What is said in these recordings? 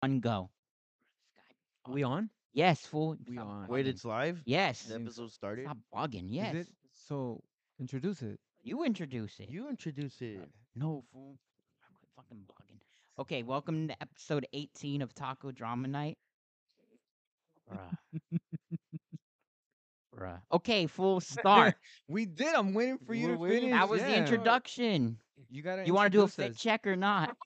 one go. Oh, We on? Yes, fool. We Stop on. bugging. Wait, it's live. yes. The episode started. Stop bugging. Is Yes. it? So introduce it. You introduce it. You introduce it. No fool. I'm quit fucking bugging. Okay, welcome to episode 18 of Taco Drama Night. Bruh. Bruh. Okay, full start. We did. I'm waiting for you We're to waiting finish. that was the yeah. introduction. You gotta. You want to do a fit introduce check or not?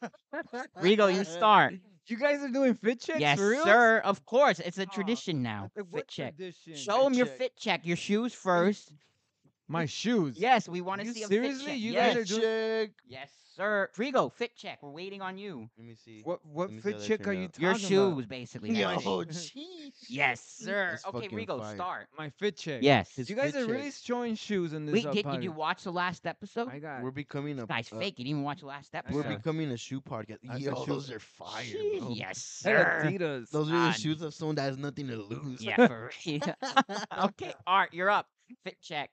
us. Rigo, you start. you guys are doing fit checks yes, for real? sir. Of course. It's a Aw, tradition now. Like, fit what check. tradition? Show him your check. fit check. Your shoes first. My shoes. Yes, we want to You see a seriously? fit check. You yes. guys are doing- check. yes, sir. Frigo, fit check. We're waiting on you. Let me see. What what Let me see how fit that check are turned you out. talking Your about? shoes, basically. Yeah. that's it. Yo. Oh, jeez. Yes, sir. That's Okay, fucking Rigo, fire. start. My fit check. Yes. His You guys fit are really check. showing shoes in this. Wait, uh, did, did podcast. you watch the last episode? I got. We're becoming a This guy's uh, fake. He didn't even watch the last I We're episode. got- becoming a shoe podcast. I got Yo, shoes. those are fire, Jeez, bro. Yes, Hey, sir. Adidas. Those are the God. shoes of someone that has nothing to lose. Yeah, for real. okay, Art, you're up. Fit check.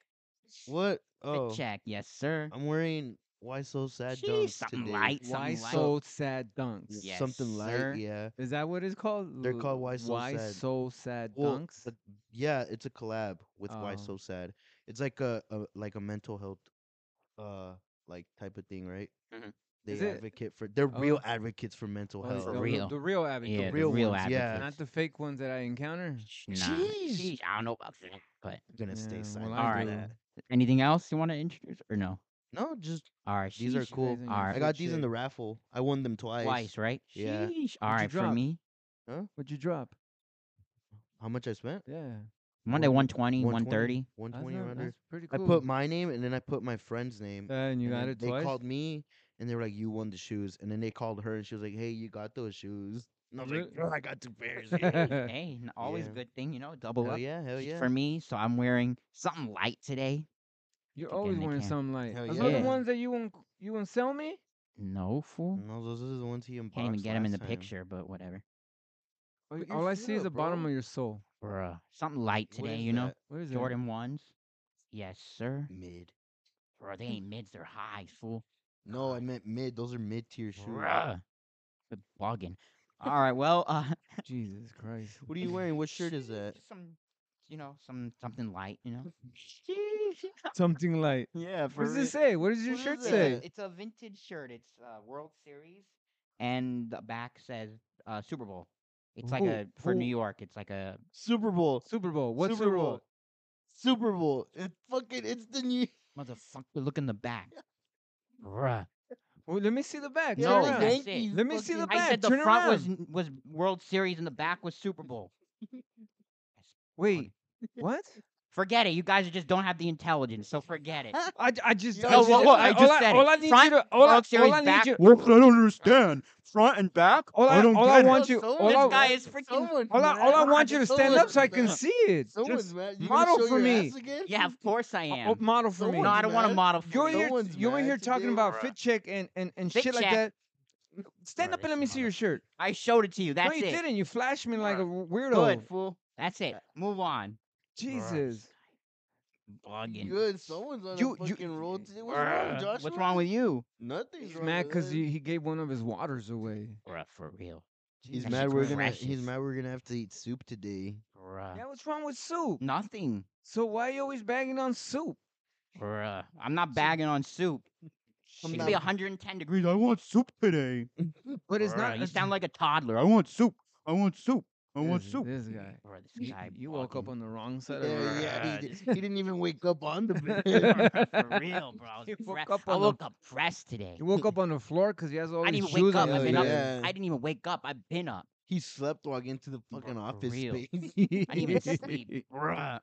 What? Fit Oh, check. Yes, sir. I'm wearing. Why so sad? Jeez, Dunks something today. light, Why something light. so sad dunks? Yes, something light. sir. Yeah. Is that what it's called? They're L- called Why So Why Sad. so sad Well, dunks? but yeah, it's a collab with Why Oh. So Sad. It's like a, a like a mental health uh like type of thing, right? Mhm. Mm-hmm. They Is it? advocate for they're real Oh. advocates for mental Oh, health. the- For the- real. The real advocate. yeah, the real real ones, yeah. Not the fake ones that I encounter. Sh- Nah. Jeez. Sheesh, I don't know about that. But gonna stay Yeah, silent. well, I for do. that. anything else you want to introduce or no? No, just All right, These are sheesh, cool. Alright. I got these in the raffle. I won them twice. twice, right? Yeah. Sheesh. All What'd you right, for drop? me, What'd you drop? How much I spent? Yeah. Monday One- 120, 130. One That's twenty not- around there. that's pretty I cool. put my name and then I put my friend's name. Uh, and you and got then it They twice. called me and they were like, "You won the shoes." And then they called her and she was like, "Hey, you got those shoes?" And I was Really? like, "Girl, I got two pairs." Hey, hey, n- always Yeah. good thing, you know, double Hell up. yeah! Hell Sheesh, yeah! For me, so I'm wearing something light today. You're Again, always they wearing can't. something like. Hell Those are the yeah. ones that you won't you won't sell me. No fool. No, those are the ones he unboxed. Can't even get him in the last time. picture, but whatever. All But you- you're All I see is fat, the bottom bro. of your soul. Bruh. Something light What Mm. today, is you know? that? Where is that? Jordan 1s. Yes, sir. Mid. Bruh, they ain't mids, they're highs, fool. No, I meant mid. Those are mid tier shoes. Bruh. Quit bugging. All right, well, uh, Jesus Christ. What are you wearing? What shirt is sheesh, that? just Some, you know, some something light, you know? Something like. Yeah, for What does it say? What does your What shirt is it's, that? say? a, it's a vintage shirt. It's uh, World Series, and the back says uh, Super Bowl. It's like Ooh, a for New ooh. York. It's like a Super Bowl. Super Bowl. What Super Super Bowl. Bowl? Super Bowl. It fucking. It's the new. motherfucker. Look in the back, bruh. Well, let me see the back. No, Turn the around. that's it. Yankees Let me see the fucking- back. I said the turn front was around. n- was World Series and the back was Super Bowl. Wait, what? Forget it. You guys just don't have the intelligence, so forget it. I, j- I just No, I well, just- well, I all just said it. all I need Front, you to all I, World Series all I need back. you Well, I don't understand. Front and back. all I, all I want Yo, you someone- all this I, guy is freaking. Someone, all I, man. all I want you to stand up so I Someone, can man. see it. Someone, Just man. You gonna model show for your me. ass again? Yeah, of course I a- a am. model for me. No, I don't want to man. model for You're you. here. Someone's You're mad here talking today, about bruh. fit check and and and Fit shit like check. that. Stand Bruh, up and this let me see your shirt. I showed it to you. That's no, you it. didn't. You flashed me like a weirdo. Good fool. That's it. Move on. Jesus. Bugging. Good. Someone's on You- a you- fucking roll today. What's wrong, Bruh, Joshua? What's wrong with you? Nothing's He's wrong mad with because us. he, he gave one of his waters away. Bruh, for real. He's That mad. shit's We're gonna. He's precious. mad. We're gonna have to eat soup today. Bruh. Yeah, what's wrong with soup? Nothing. So why are you always bagging on soup? Bruh. I'm not bagging on soup. I'm It could not- be 110 degrees. I want soup today. But it's Bruh, not. You sound like a toddler. I want soup. I want soup. I want This- soup. This guy. Bruh, this You, guy. you woke up bugging. on the wrong side of Yeah, the Bruh, yeah, he, did. this- he didn't even wake up on the bed. Bruh, for bed. real, bro. I, was You woke dre- up I on the- woke up fresh today. he woke up on the floor because he has all I these didn't even shoes wake up. I've on. Hell been up. yeah. I didn't even wake up. I've been up. he slept walking into the fucking for office real. space. I didn't even sleep. Bruh.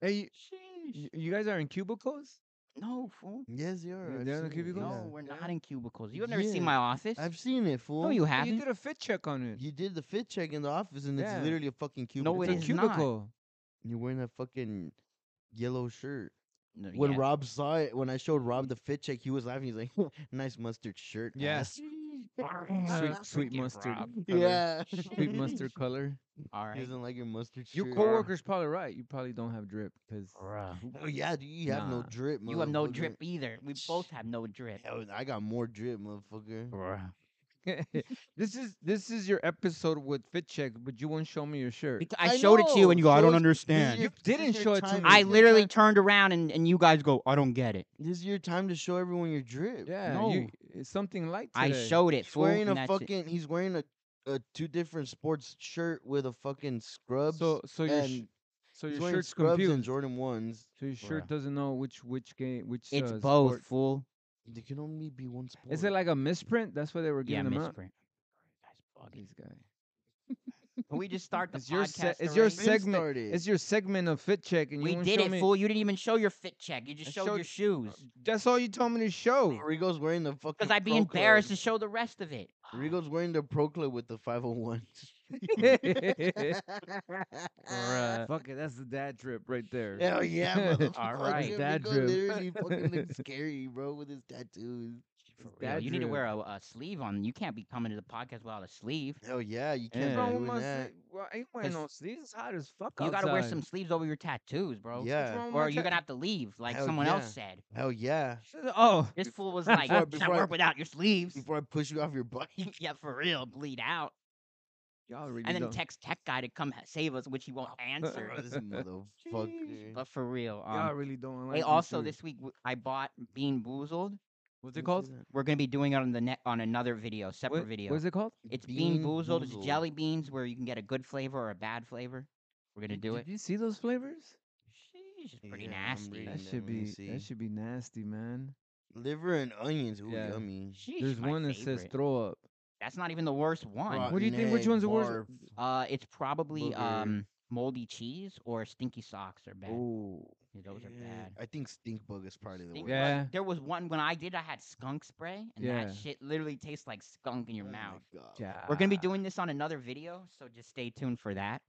Hey, you, Sheesh. you you guys are in cubicles? No, fool. yes, you are. Yeah, I've they're in the seen it, cubicle? yeah. No, we're not in cubicles. You've never Yeah. seen my office. I've seen it, fool. no, you Hey, haven't. You did a fit check on it. You did the fit check in the office, and Yeah. it's literally a fucking cubicle. No, it It's a is not. cubicle. You're wearing that fucking yellow shirt. No, When yeah. Rob saw it, when I showed Rob the fit check, he was laughing. He's like, "Nice mustard shirt." Yes. Sweet, sweet mustard. ass." color. Yeah. Sweet mustard color. All He right. doesn't like your mustard shirt. Your coworker's probably right. You probably don't have drip because Oh yeah, dude, you have no Nah. drip. You have no motherfucker. drip either. We both have no drip. Hell, I got more drip, motherfucker. Bruh. this is this is your episode with Fit Check, but you won't show me your shirt. Because I, I showed it to you know, and you go, I shows- don't this understand. You your- this didn't your show it to time me. I this is your literally time- turned around and, and you guys go, I don't get it. This is your time to show everyone your drip. Yeah, you, it's something like I today. showed it. He's fool, wearing and a that's it. fucking. He's wearing a, a two different sports shirt with a fucking scrubs. So so your sh- and so he's your wearing shirt's scrubs confused. and Jordan ones. So your shirt Bruh. doesn't know which which game which. It's uh, both, sport- fool. There can only be one sport. Is it like a misprint? That's why they were Yeah, giving them out. misprint. Guys, bugging. This guy. Can we just start the It's your podcast? se- it's your already? se- segment- Started. It's your segment of Fit Check, and we you won't did show it, me. fool. You didn't even show your fit check. You just I showed, showed- uh, your shoes. That's all you told me to show. Rigo's wearing the fucking. Because I'd be Pro embarrassed to Club. show the rest of it. Ah, Rigo's wearing the pro club with the 501. Uh, Bruh. Fuck it, that's the dad drip right there. Hell yeah, motherfucker. All right. Rigo Dad drip. literally fucking looks scary, bro, with his tattoos. For real, Dad You need to drip. wear a, a sleeve on. You can't be coming to the podcast without a sleeve. Hell yeah, you What's can't wrong be with doing my that. sleeve? Well, I ain't wearing no Cause sleeves. It's hot as fuck You gotta wear outside. some sleeves over your tattoos, bro. Yeah. wrong with Or my you're gonna tat- have to leave, like Hell someone yeah. else said. Hell yeah. Shit, Oh, This fool was like, Before- "You can't before I- work without your sleeves." Before I push you off your bike. yeah, for real, bleed out. y'all really And then don't- text tech guy to come h- save us, which he won't answer. Bro, this motherfucker. but for real, y'all um, really don't. hey, Like also this week w- I bought Bean Boozled. What's it called? We're gonna be doing it on the net on another video, separate What- video. What's it called? It's Bean, Bean Boozled. It's Boozled. jelly beans where you can get a good flavor or a bad flavor. We're gonna do it. Did you see those flavors? Sheesh, it's pretty Yeah, I'm nasty. reading That that, should let me be see. that should be nasty, man. Liver and onions. Ooh, Yeah. yummy. Sheesh, There's my one that favorite. says throw up. That's not even the worst one. What do you think- which Rotten one's the egg, worst? barf. Uh, it's probably Booger. um moldy cheese or stinky socks are bad. Oh, Yeah, Those are Yeah, bad. I think stink bug is probably the Stink worst. bug. Yeah. There was one when I did. I had skunk spray, and Yeah. that shit literally tastes like skunk in your Oh my mouth. God. yeah. We're gonna be doing this on another video, so just stay tuned for that.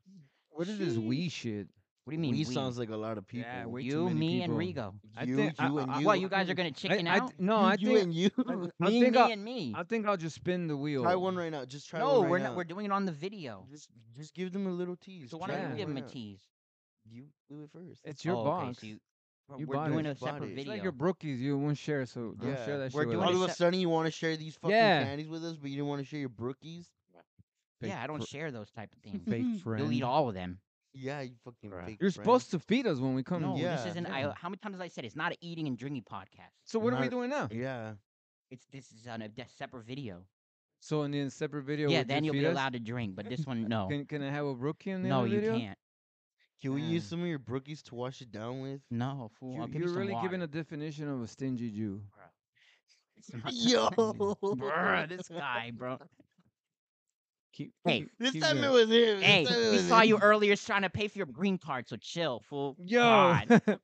What is this wee shit? What do you mean? we, We, sounds like a lot of people. Yeah, way too you, many me, and people. Rigo. Uh, I you, think- I- you, and I- you. What? You guys are gonna I- chicken I, out? th- no, I you, think and you. I- I me, think me, I'll- and me. I think I'll just spin the wheel. Try one right now. Just try no, one right we're now. not. We're doing it on the video. Just, just give them a little tease. So why don't Try Yeah. you one give him a right now. tease? You do it first. It's your oh, okay, box. so you- but You we're bought doing it. a Bought separate it. it's video. like your brookies. You won't share, so don't Yeah. share that We're shit. with doing it us. All of a sep- sudden, you want to share these fucking Yeah. candies with us, but you didn't want to share your brookies. fake yeah, I don't fr- share those type of things. fake You'll friend. eat all of them. Yeah, you fucking. Bruh. fake You're friend. supposed to feed us when we come. No, here. this yeah, isn't. yeah. I, how many times I said it's not an eating and drinking podcast. So what are we Not- doing now? Yeah. It's this is on a de- separate video. So in the separate video, yeah, would you then you'll be feed us? allowed to drink, but this one no. Can, can I have a brookie in the no, other you video? can't. Can we use Yeah. some of your brookies to wash it down with? No, fool. I'll give You, you are some really water. giving a definition of a stingy Jew. It's not- Yo, Bruh, this guy, bro. Keep, Hey, keep- This keep time going. it was him. this Hey, time it we was saw you him. earlier trying to pay for your green card, so chill, fool. Yo, God. I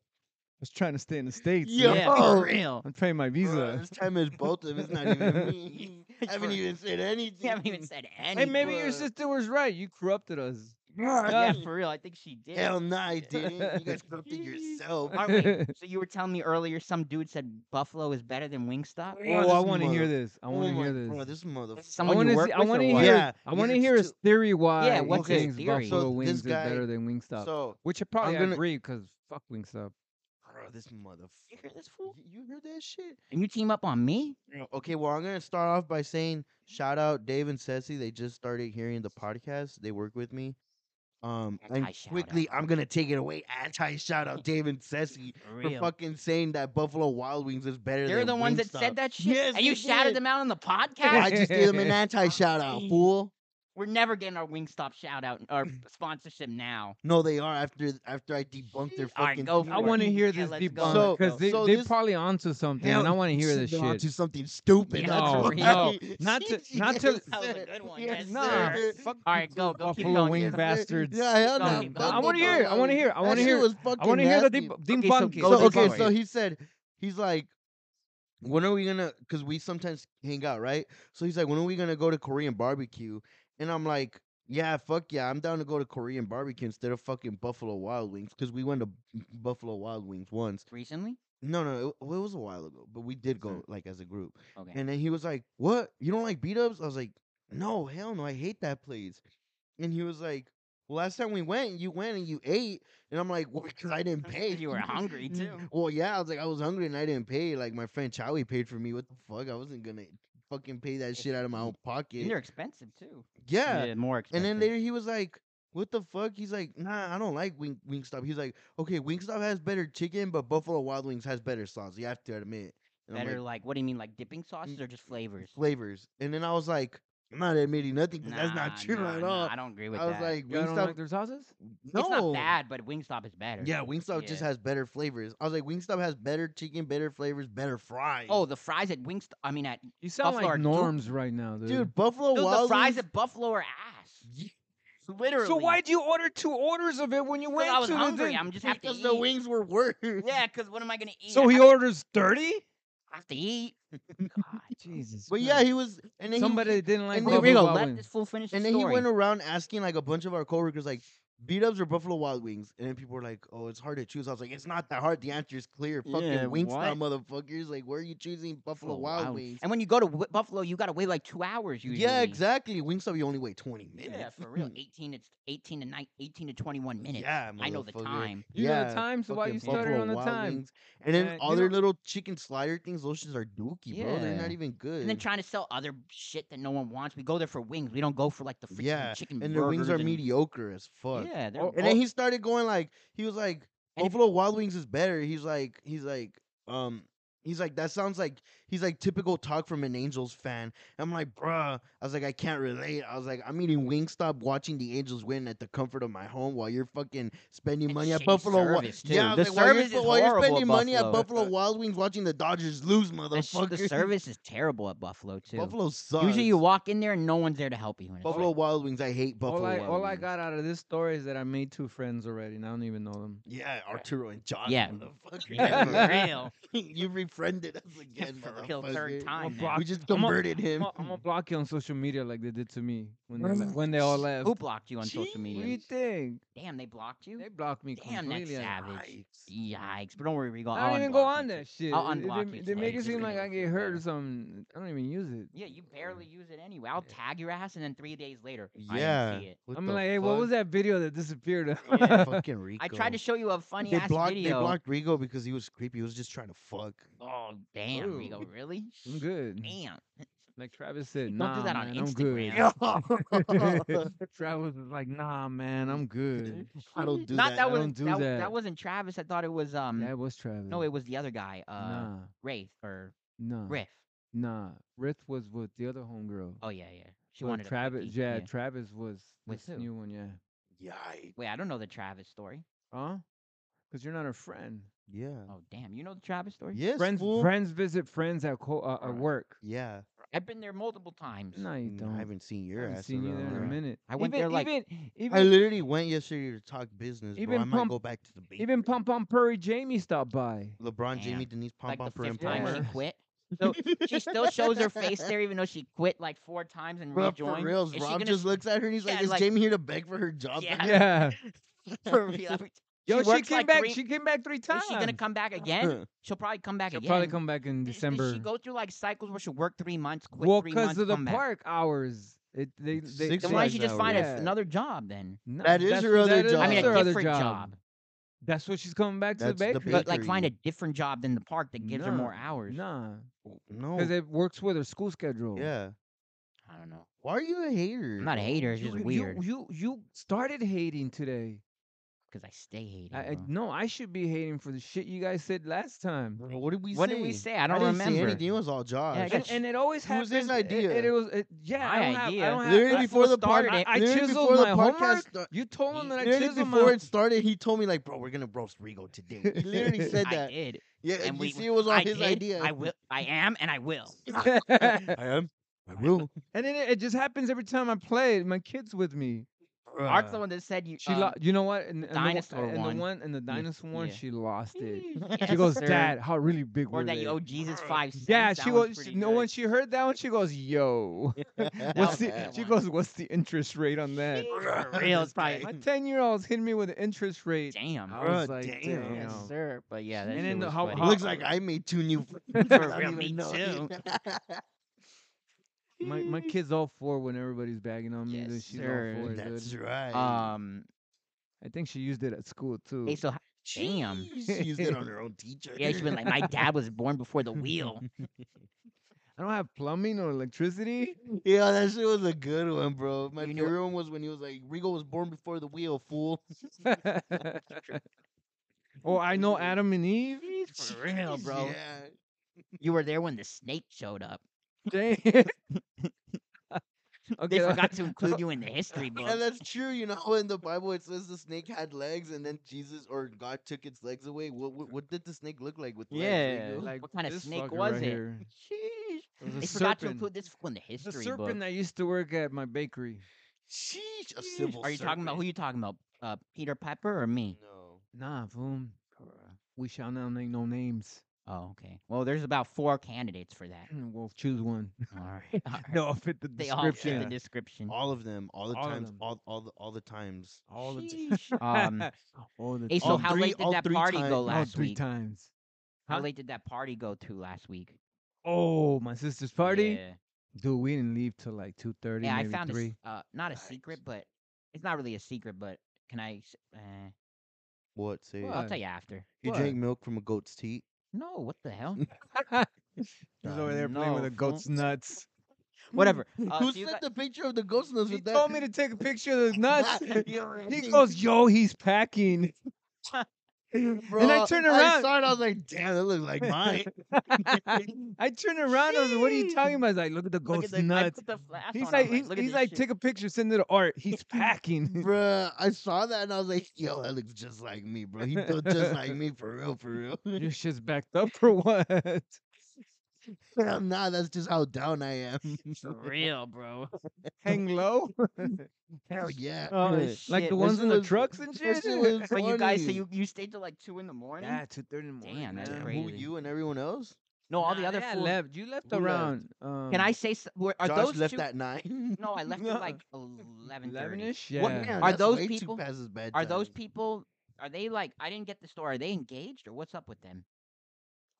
was trying to stay in the states. Yo. man. Yeah, for real. I'm trying my Bruh, visa. This time it's both of us, not even me. I haven't even said anything. You haven't even said Hey, anything. maybe your bruh. sister was right. You corrupted us. yeah, Yeah. for real. I think she did. Hell no, I didn't. You guys corrupted yourself. All right, wait, so you were telling me earlier some dude said Buffalo is better than Wingstop? Oh, I want to hear this. I want to hear this. Bro, Oh this motherfucker. Someone I you wanna work see- I with or wanna what? hear. Yeah, I because want to it's heer his too- theory why he what's his thinks theory? Buffalo So this wings guy- is better than Wingstop. So, Which I probably gonna- agree because fuck Wingstop. bro, this motherfucker. You hear this fool? You- You heard that shit? And you team up on me? Okay, well, I'm gonna start off by saying shout out Dave and Ceci. They just started hearing the podcast. They work with me. Um, and Anti-shout quickly, out. I'm gonna take it away. Anti shout out Dave and Ceci For for fucking saying that Buffalo Wild Wings is better. They're than the ones that Wingstop. said that shit? Yes, and you they shouted did. them out on the I podcast? just gave them an anti shout out, fool. We're never getting our Wingstop shout out or sponsorship now. No, they are after after I debunked their All right, fucking. go theory. for I it. want to hear Yeah, this let's go, debunk So- because let's they so they this- probably onto something, Hell, and I want to hear she's this been onto shit. something stupid. No, that's no, why. not to- She not to- is. That was a good one, yes, Nah, sir. fuck All right, you go, two go, keep Buffalo going, wing yes, sir. bastards. Yeah, hell Go, no. keep fuck going. I want to the hear. I Buffalo want to Wings. hear. I That want to shit hear. was I fucking want to hear the nasty. deb- Okay, so debunk. it. go so to okay, Buffalo. so he said, he's like, when are we gonna? Because we sometimes hang out, right? So he's like, when are we gonna go to Korean barbecue? And I'm like, yeah, fuck yeah, I'm down to go to Korean barbecue instead of fucking Buffalo Wild Wings because we went to B- Buffalo Wild Wings once. Recently? No, no, it, well, it was a while ago, but we did go Hmm. like as a group. Okay. And then he was like, "What? You don't like beat ups?" I was like, "No, hell no, I hate that place." And he was like, "Well, last time we went, you went and you ate." And I'm like, "Well, because I didn't pay." You were hungry, too. well, yeah, I was like, I was hungry and I didn't pay. Like my friend Chowie paid for me. What the fuck? I wasn't gonna fucking pay that shit out of my own And they're pocket. expensive too. Yeah. more And expensive. then later he was like, "What the fuck?" He's like, "Nah, I don't like Wing Wingstop." He's like, "Okay, Wingstop has better chicken, but Buffalo Wild Wings has better sauce. You have to admit." And I'm better like, like what do you mean like Mm. dipping sauces or just flavors? flavors. And then I was like, "I'm not admitting nothing. 'cause that's not Nah, true nah, at nah, all." I don't agree with I was that. like, You don't "Wingstop, like their sauces? no, it's not bad, but Wingstop is better. Yeah, Wingstop just Yeah. has better flavors. I was like, Wingstop has better chicken, better flavors, better fries. Oh, the fries at Wingstop. I mean, at You sound Buffalo are like dope. norms right now, dude. dude, Buffalo dude, Wild the fries Wings. at Buffalo are ass. Literally. So why'd you order two orders of it when you Because went I was to hungry. the thing? I'm just have to because eat. the wings were worse. Yeah, because what am I gonna eat? So I he have, orders thirty? I have to eat. God. Jesus. But yeah, he was. And then somebody He, didn't like and then- Buffalo Wait, Rigo, Wild let Wings. this fool finish and his then he story. went around asking like a bunch of our coworkers, like, beat ups or Buffalo Wild Wings? And then people were like, oh, it's hard to choose. I was like, it's not that hard. The answer is clear. Fucking Yeah, Wingstop what? motherfuckers. Like, where are you choosing Buffalo Oh, Wild wow. Wings? And when you go to w- Buffalo, you gotta wait like two hours usually. Yeah, exactly. Wingstop, you only wait 20 minutes. Yeah, for real. 18 it's 18 to 9, 18 to 21 minutes. Yeah, I know the motherfucker. time. You know the Yeah, time, so why fucking you stuttering Buffalo on the Wild time? Wings. And then Yeah, all you their know- little chicken slider things, those shits are dookie, bro. They're not Yeah. even good. And then trying to sell other shit that no one wants. We go there for wings. We don't go for like the freaking Yeah, chicken and their wings are burgers and- mediocre as fuck. Yeah, they're Oh, And then he started going like he was like And if- Buffalo Wild Wings is better. He's like he's like um he's like that sounds like he's like typical talk from an Angels fan. I'm like, bruh. I was like, I can't relate. I was like, I'm eating Wingstop watching the Angels win at the comfort of my home while you're fucking spending And money at shitty Buffalo Wild service, too. Yeah, I was The like, while you're, service is sp- while you're horrible at spending money at Buffalo. Buffalo Wild Wings watching the Dodgers lose, that sh- motherfucker. the service is terrible at Buffalo too. Buffalo sucks. Usually you walk in there and no one's there to help you. and it's Buffalo like, Wild Wings, I hate Buffalo all I, Wild all I Wings. got out of this story is that I made two friends already, and I don't even know them. Yeah, Arturo and John. Yeah. motherfucker. "Yeah, for real. you refriended us again, For real, third motherfucker. time. block- now. We just I'm a- converted I'm him. gonna block you on social media like they did to me when they, le- when they all left. Who blocked you on social What do you media? think? Damn, they blocked you. They blocked me Damn, that's completely. savage. Yikes. Yikes! But don't worry, Rigo. I I'll don't even go unblock on you. that shit. I'll It- it- unblock they, you they today, make it just seem so like you I don't get feel hurt bad. or something. I don't even use it. Yeah, you barely use it anyway. I'll Yeah. tag your ass and then three days later, I Yeah. didn't see it. What I'm the like, hey, what was fuck? that video that disappeared? Yeah, Fucking Rico. I tried to show you a funny they ass blocked, video. They blocked Rigo because he was creepy. He was just trying to fuck. Oh damn, Rigo, Ooh. really? I'm good. Damn. Like Travis said, Don't do nah, that on man, I'm good. Instagram. Travis was like, nah, man, I'm good. I don't do Not that. that, I was don't do that, that. that wasn't Travis. I thought it was um that was Travis. no, it was the other guy, uh nah, Wraith or nah, Riff. nah. Rith was with the other homegirl. Oh yeah, yeah. She but wanted Travis. A cookie, yeah, Travis was With this who? new one. Yeah, Yikes. Wait, I don't know the Travis story. huh? Because you're not a friend. Yeah. Oh damn, you know the Travis story? Yes. friends, fool. friends visit friends at co- uh, Right. at work. Yeah. I've been there multiple times. No, you Mm, don't. I haven't seen your haven't ass seen you around, there in a bro. minute. I went even, there, like- even even I literally went yesterday to talk business, bro. I Even might Pump- go back to the beach. even Pom Pom Purry Jamie stopped by. LeBron, Damn. Jamie, Denise, Pom like Pom, the Perrin, fifth time she Empire. quit. So she still shows her face there, even though she quit like four times and Bro, for rejoined. reals, Is she Rob gonna just looks at her and he's Yeah, like, "Is like- Jamie here to beg for her job?" Yeah. back?" Yeah. for real? Yo, she, works came like back. three- She came back three times. Is she gonna come back again? She'll probably come back She'll again. probably come back in Does- does December. she go through like cycles where she'll work three months, quit well, three months, of the come back? park hours. It they, they Six Then why don't Flags you just now, find a- yeah. another job then? No, That is that's her what- other that is job. I mean, a her other different job, That's what she's coming back to That's the the bakery. but like find Bakery. a different job than the park that gives her No, more hours. Nah, No. because it works with her school schedule. Yeah. I don't know. Why are you a hater? I'm not a hater. It's You, just you- weird You, you started hating today. because I stay hating. I, I, bro. no, I should be hating for the shit you guys said last time. Bro, what did we what say? did we say? I I, don't didn't remember. say anything. It was all Josh. Yeah, I And, got- and it always It was happens. his idea. It, it, was it, yeah. My I don't idea. Have, I don't have, Literally I- before the started podcast, it. I, I literally chiseled before my the podcast homework. sta- You told him that I literally chiseled my before it started, he told me like, "Bro, we're gonna roast Rigo today." He literally said I that. did. Yeah, And you we, see, it was all I his did, idea. I will. I am, and I will. and I am. I will. then it, it just happens every time I play. it. My kid's with me. Art's the one that said you. Uh, She, um, lo- you know what? And, and dinosaur the, one- one. and the one and the dinosaur one, yeah. she lost it. "Yes, she goes, sir." Dad, how really big Or were that they? you owe Jesus five cents. yeah, that she one's was. pretty She, no, good. when she heard that one, she goes, "Yo, was what's the?" bad She one. goes, "What's the interest rate on that?" For real, it's probably My ten-year-old's hitting me with an interest rate. damn. I was Bruh, like, damn. "Damn." Yes, sir. But yeah, that And shit then the- was how- funny. how- Looks like I made two new friends. For I real, don't me even know. too. My my kid's all for when everybody's bagging on me. Yes, dude. She's sir. all for it, That's dude. right. Um. I think she used it at school too. Hey, so h- damn. Jeez, She used it on her own teacher. yeah, she's been like, my dad was born before the wheel. I don't have plumbing or electricity. Yeah, that shit was a good one, bro. My You knew- favorite one was when he was like, "Rigo was born before the wheel, fool." oh, I know Adam and Eve. For real, bro. Yeah. You were there when the snake showed up. Damn. They okay, forgot to include you in the history Yeah, book. that's true. You know, how in the Bible it says the snake had legs, and then Jesus or God took its legs away. What what, what did the snake look like with legs? Yeah, Rigo? like What kind of this snake fucker was right it? Here. Sheesh. It was a Hmm. They forgot to serpent. include this in the The history book. serpent that used to work at my bakery. sheesh, a Sheesh. civil. Are you talking about who you talking about? Uh, Peter Pepper or me? No. Nah, boom. We shall not name no names. Oh, okay. Well, there's about four candidates for that. We'll choose one. All right. all right. No, fit the they all fit description. the description. All of them, all the All of times, them. all all the all the times. All the t- Sheesh. Um, all the hey, so All how three- late did all that three party times- go all Oh, last three week? times. How huh? late did that party go to last week? Oh, my sister's party. Yeah, Dude, we didn't leave till like two thirty. Yeah, I maybe found a s- three. uh, not a Nice. secret, but it's not really a secret. But can I? s- Uh, What? Say I'll What? tell you after. you What? drank milk from a goat's teat. No, what the hell? He's Uh, over there playing with no, a goat's nuts. Whatever. Uh, Who so you got- sent the picture of the goat's nuts He with that? told me to take a picture of the nuts. You're he an goes, "Yo, he's packing." Bro, and I turn I around. saw it. I was like, "Damn, that looks like mine." I turn around. I was like, "What are you talking about?" He's like, "Look at the look goat's at the, I nuts." put the flash He's on, I like, was he's, "Look at he's this like, shit." take a picture, send it to Art. He's packing. Bruh, I saw that and I was like, yo, that looks just like me, bro. He built just like me for real, for real. Your shit's backed up or what? Hell nah, that's just how down I am. For real, bro. Hang low, Hell yeah. Oh, like shit, the this ones in the was- trucks and shit. this was But you guys, so funny. you, you stayed till like two in the morning? yeah, two thirty in the morning. Damn, that's man. Damn, crazy. Who, you and everyone else? No, all the Nah, other they had fools. left. You left Who left? around. Um, Can I say? s- Were, are Josh those left two? at nine. No, I left No. at like eleven thirty. elevenish? What- Yeah. are those way too people- past his bedtime. Are those people? Are they like? I didn't get the story. Are they engaged or what's up with them?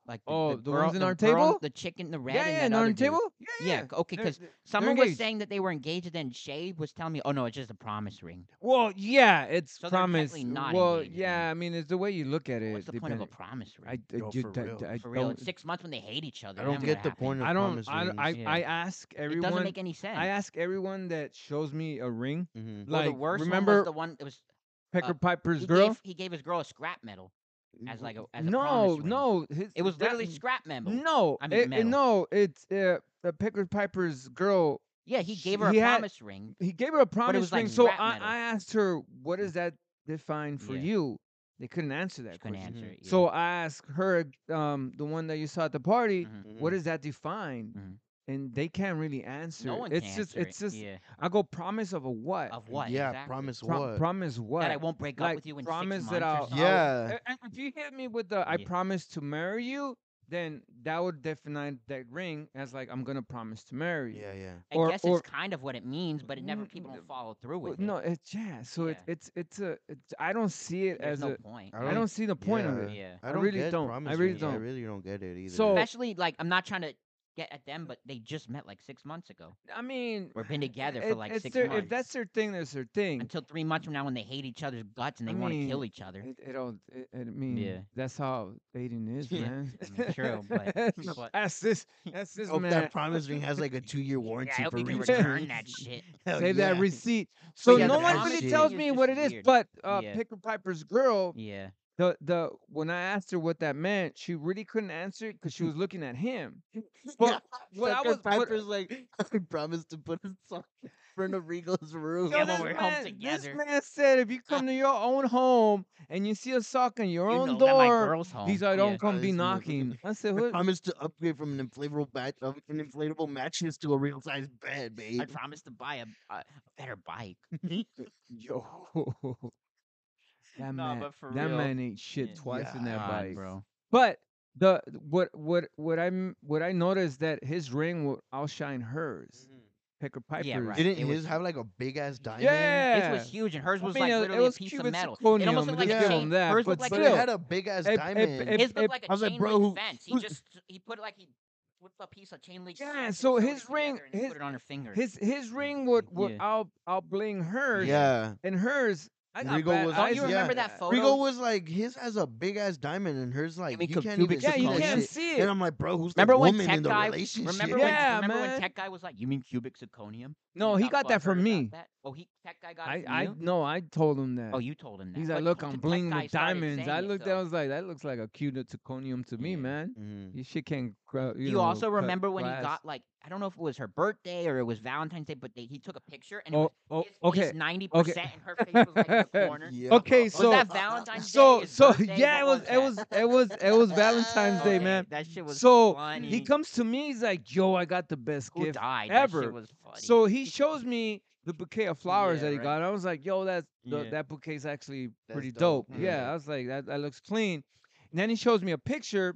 Like the, Oh, the, the girl- ones in the our girl- table? the chicken, the red, yeah, and yeah, that and other on the dude. table. Yeah, yeah. c- okay, They're- because they're someone was engaged. saying that they were engaged, and then Shade was telling me, "Oh no, it's just a promise ring. Well, yeah, it's So they're promise. technically not well, engaged then. yeah, I mean, it's the way you look at it. What's the point of a depend- promise I, I, ring? Yo, ju- for d- d- real. I For real, don't. it's six months when they hate each other. I don't then what get the happened? point of I don't. promise I, I, rings. I ask It everyone. doesn't make any sense. I ask everyone that shows me a ring. Mhm. Well, like, the worst one remember was the one that was Pecker Piper's he girl? gave he gave his girl a scrap metal as like a as a no, promise ring. no, his- It was that- literally scrap metal. No, I mean it- it- metal. no, it's uh, uh, Pecker Piper's girl. Yeah, he gave She- her a he had- promise ring. He gave her a promise was, like, ring. so rap I, metal. I asked her, "What does that define for Yeah. you?" They couldn't answer that She couldn't question. answer Mhm. it. yeah. So I asked her, um, the one that you saw at the party, Mhm. Mhm. what does that define? Mhm. And they can't really answer. no it. one it's can just, answer it's it. just. yeah. I go promise of a what? of what? Yeah, exactly. promise Pro- what? Promise what? that I won't break like up with you in promise six that I'll, months. or I'll- something. Yeah. I- I- if you hit me with the I Yeah. promise to marry you, then that would define that ring as like I'm gonna promise to marry. you. yeah, yeah. I or- guess or- it's kind of what it means, but it never Mm, people mm, don't follow through Well, with no, it. it's yeah. So it's Yeah. it's it's a. It's, I don't see it There's as no a. point. I I don't see the point of yeah. it. Yeah. I really get don't. I promise really rings. I don't. really don't get it either. So- Especially like I'm not trying to get at them, but they just met like six months ago. I mean, Or been together for, it- like, it's six their, months. If that's their thing, that's their thing. Until three months from now when they hate each other's guts and I they want to kill mean, each other. It, it all. It, I mean, Yeah. that's how dating is, Yeah. man. Mm, true, but- but- that's this. That's this hope man. that promise ring has like a two-year warranty Yeah, I hope for you can reaching. return that shit. Hell Save yeah. that receipt. So yeah, no the one promise really thing tells is me just what it is, weird. but uh, Yeah. Picker Piper's girl, Yeah. the the when I asked her what that meant, she really couldn't answer it because she was looking at him. But what I Sucker was- what- Piper's like, I promised to put a song in front of Regal's room. Yeah, Yo, when this we're home man, this together. man said, if you come to your own home and you see a sock on your You own know that my door, girl's home. he's like, Yeah. don't come be This man- knocking. I said, I what? promised to upgrade from an inflatable bat- of an inflatable mattress to a real size bed, babe. I promised to buy a, a a better bike. Yo. That Nah, man, but for that real. man ate shit Yeah. twice in that God, bike. bro. But the what what what I m- what I noticed that his ring will outshine hers. Picker Piper's. Mm-hmm. Yeah, right. Didn't It was- his have like a big ass diamond? Yeah. His was huge and hers I was mean, like it- it literally was a piece cubic of metal. It zirconium, almost let's looked like give a 'em chain. that, hers but looked like But a still. it chain- had a big ass Ep- ep- diamond. ep- His looked like I a was like, chain bro, who- link fence. He who's- just he put like he flipped a piece of chain link. Yeah, fence and so sewed it his ring- together and he his- put it on her finger. His his ring would would Yeah. out outbling hers. yeah. And hers I got Rigo bad was- Don't eyes you now. remember that photo? Rigo was like, his has a big ass diamond, and hers like we you could can't do even. it Yeah, see you all that can't shit. see And it. I'm like, bro, who's Remember the when woman tech in the guy? relationship? Remember Yeah, when? Remember when man. tech guy was like, "You mean cubic zirconium?" No, You he got that butthurt from about me. that? Oh, he tech guy got I it from I you. no, I told him that. Oh, you told him that. He's like, But look, the I'm tech bling guy with started diamonds. saying I it, looked at, though. I was like, that looks like a cute zirconium to me, Yeah. man. Mhm. You shit can't. gra- You, you, know, also cut remember when he glass. got like I don't know if it was her birthday or it was Valentine's Day, but they, he took a picture and it Oh, oh, was his okay. face ninety percent and her face was like in the corner. Yeah, Okay, bro. Was so that Valentine's Day? so his so birthday? yeah, it was What it was it was it was Valentine's that? Day, Okay, man. That shit was So funny. he comes to me, he's like, "Yo, I got the best Who gift died? That ever. shit was funny. So he shows me the bouquet of flowers Yeah, that he right. got. And I was like, yo, that's the, Yeah. hmm. that bouquet's actually That's pretty dope. dope. Mhm. Yeah. I was like, that, that looks clean. And then he shows me a picture.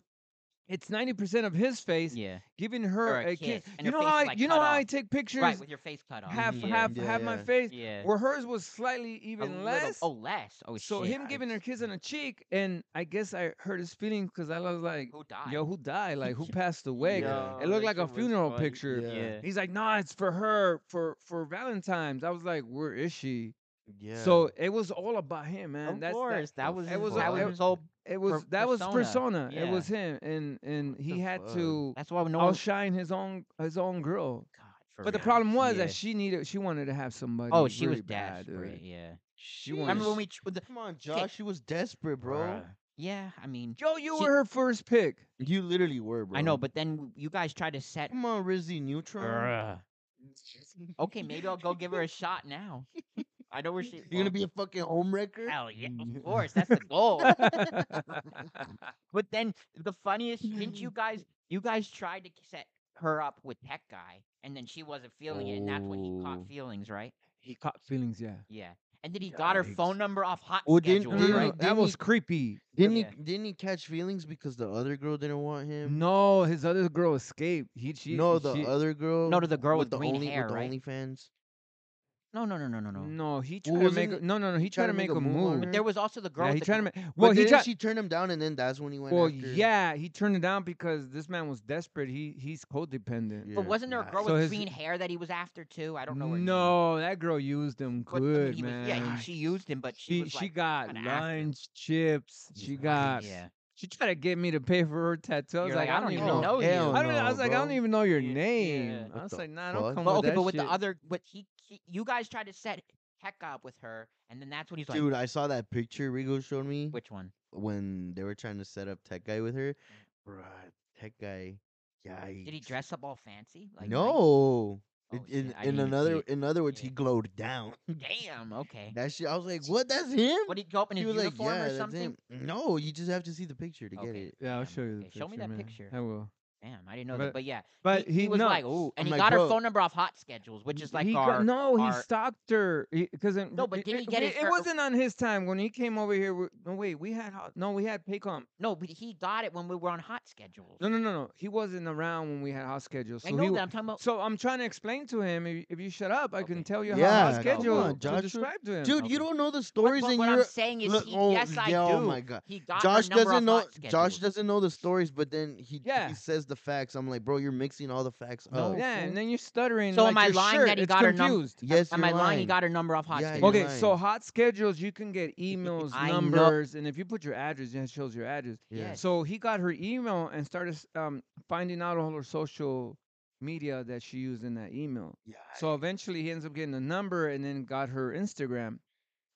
It's 90% of his face yeah, giving her Or a a kiss, kiss. and You her know face how I, is, like, you know cut how I off. take pictures right with your face cut off. half Yeah. half Yeah, half my yeah. face Yeah, where hers was slightly A even little- less. Oh, less. Oh so shit. him giving her a kiss on the cheek and I guess I hurt his feelings cuz I was like, Who died? yo, who died? Like who passed away? Yeah. It looked like a funeral picture. yeah. Yeah. He's like, nah, it's for her for for Valentine's. I was like, where is she? Yeah. So it was all about him, man. of That's that- course, that, was it his, was that all- was it- his whole. it was per- that was persona. persona. Yeah. It was him, and and What he the had fuck? to That's why no one. outshine his own his own girl. God, for But the real. problem was Yeah. that she needed she wanted to have somebody. Oh, she really was bad, dude. desperate. Yeah. She Jeez. wanted. Remember when we? tr- The, Come on, Josh. She was desperate, bro. Bruh. yeah, I mean, Yo, you she- were her first pick. You literally were, bro. I know, but then you guys try to set. come on, Rizzy Neutron. Bruh. Okay, maybe I'll go give her a shot now. I know where she. You're gonna well, be a fucking homewrecker. Hell Oh, yeah, Mm. of course. That's the goal. yeah, But then the funniest, didn't you guys? You guys tried to set her up with tech guy, and then she wasn't feeling it, and that's when he Oh. caught feelings, right? he caught feelings. Yeah. Yeah. And then he got her phone Yikes. number off hot Well, didn't- schedule, No, no, no, right? didn't- that was he- creepy. Didn't Yeah. he? Didn't he catch feelings because the other girl didn't want him? No, his other girl escaped. He she no, the she- other girl. No, to the girl with, the green only hair, with the right? OnlyFans. No, no, no, no, no, no. No, he Well, tried to wasn't make. it- A, no, no, no. He tried to make a on move. her? There was also the girl. Yeah, with he the tried to gr- make. Well, Well, he didn't tried. she turn him down, and then that's when he went. Well, after? yeah, he turned it down because this man was desperate. He he's codependent. But Yeah, wasn't there a nah, girl So with his- green hair that he was after too? I don't know. Her name, No, that girl used him but, I mean, good, he was- man. yeah, he- she used him, but she, she was she like, got kinda after him. lunch chips. She got. yeah. She tried to get me to pay for her tattoo. I was You're like, I don't even know. know you. hell I don't. Oh, no, I was like, I don't bro. even know your Yeah, name. yeah. I What was the like, nah, don't fuck? come But with Oh, okay, that but with shit. the other, but he, he, you guys tried to set Heck up with her, and then that's when he's like, Dude, I saw that picture Rigo showed me which one? when they were trying to set up Tech Guy with her. Bruh, Tech Guy. Yeah. Mm. Did he dress up all fancy? Like nice? no. Oh, In- shit, in I didn't in even see another it. in other words, Yeah. he glowed down. Damn. Okay. That shit, I was like, what? That's him. What did he go up in he his was like, uniform yeah, or that's something? him. No, you just have to see the picture to get Okay. it. Yeah, I'll Damn, show you the okay, picture. show me that man. picture. I will. Damn, I didn't know that. But- But yeah, But he, he, he was no, like, "Ooh," and I'm he like, got her "Bro." phone number off hot schedules, which is like he our. got, no, he our- stalked her because No, but didn't he get it, his her- wasn't on his time when he came over here. we- No, wait, we had hot- no, we had Paycom. No, but he got it when we were on hot schedules. No, no, no, no. He wasn't around when we had house schedule. So I he, know that. w- I'm talking about. so I'm trying to explain to him. If, if you shut up, I Okay. can tell you how Yeah, house come on, schedule Joshua. to describe to him. Dude, Okay. you don't know the But, stories but in what your. I'm saying is, Look, he, oh, yes, I yeah, do. oh my God. He got her Josh number off doesn't know. hot Josh schedules. doesn't know the stories, but then he Yeah. he says the facts. I'm like, bro, you're mixing all the facts No, up. yeah, and then you're stuttering. So like am I your lying shirt, that he it's got her num- confused. Yes, Am you're I lying? He lying. got her number off hot Yeah, you're schedules. Okay, so lying. hot schedules, you can get emails, I know. numbers, and if you put your address, it shows your address. Yes. So he got her email and started s- um, finding out all her social media that she used in that email. Yeah. So eventually he ends up getting a number and then got her Instagram.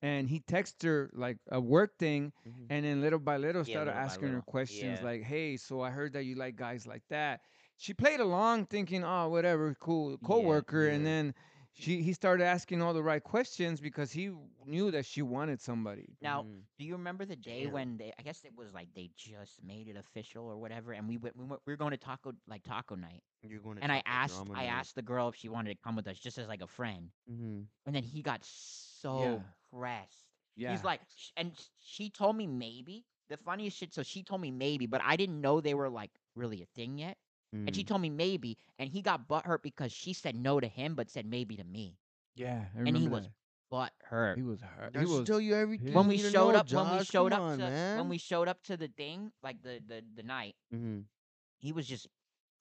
And he texted her like a work thing. Mhm. And then little by little Yeah, started little by asking her little. questions Yeah. like, hey, so I heard that you like guys like that. She played along thinking, oh, whatever, cool coworker. And yeah. then she he started asking all the right questions because he knew that she wanted somebody. Now, Mhm. do you remember the day Damn. when they? I guess it was like they just made it official or whatever, and we went. We, went, we were going to taco like taco night, you're going to and I talk about asked. drama I now. asked the girl if she wanted to come with us, just as like a friend. Mhm. And then he got so Yeah. pressed. Yeah. He's like, sh- and sh- she told me maybe the funniest shit. So she told me maybe, but I didn't know they were like really a thing yet. And she Mm. told me maybe, and he got butthurt because she said no to him, but said maybe to me. yeah. I and he remember was that. butthurt. hurt. he was hurt. I He should was mm-hmm. tell you everything. when you we need to showed know, up, when we Josh. showed up Come on, to man. when we showed up to the thing, like the the the night, Mhm. he was just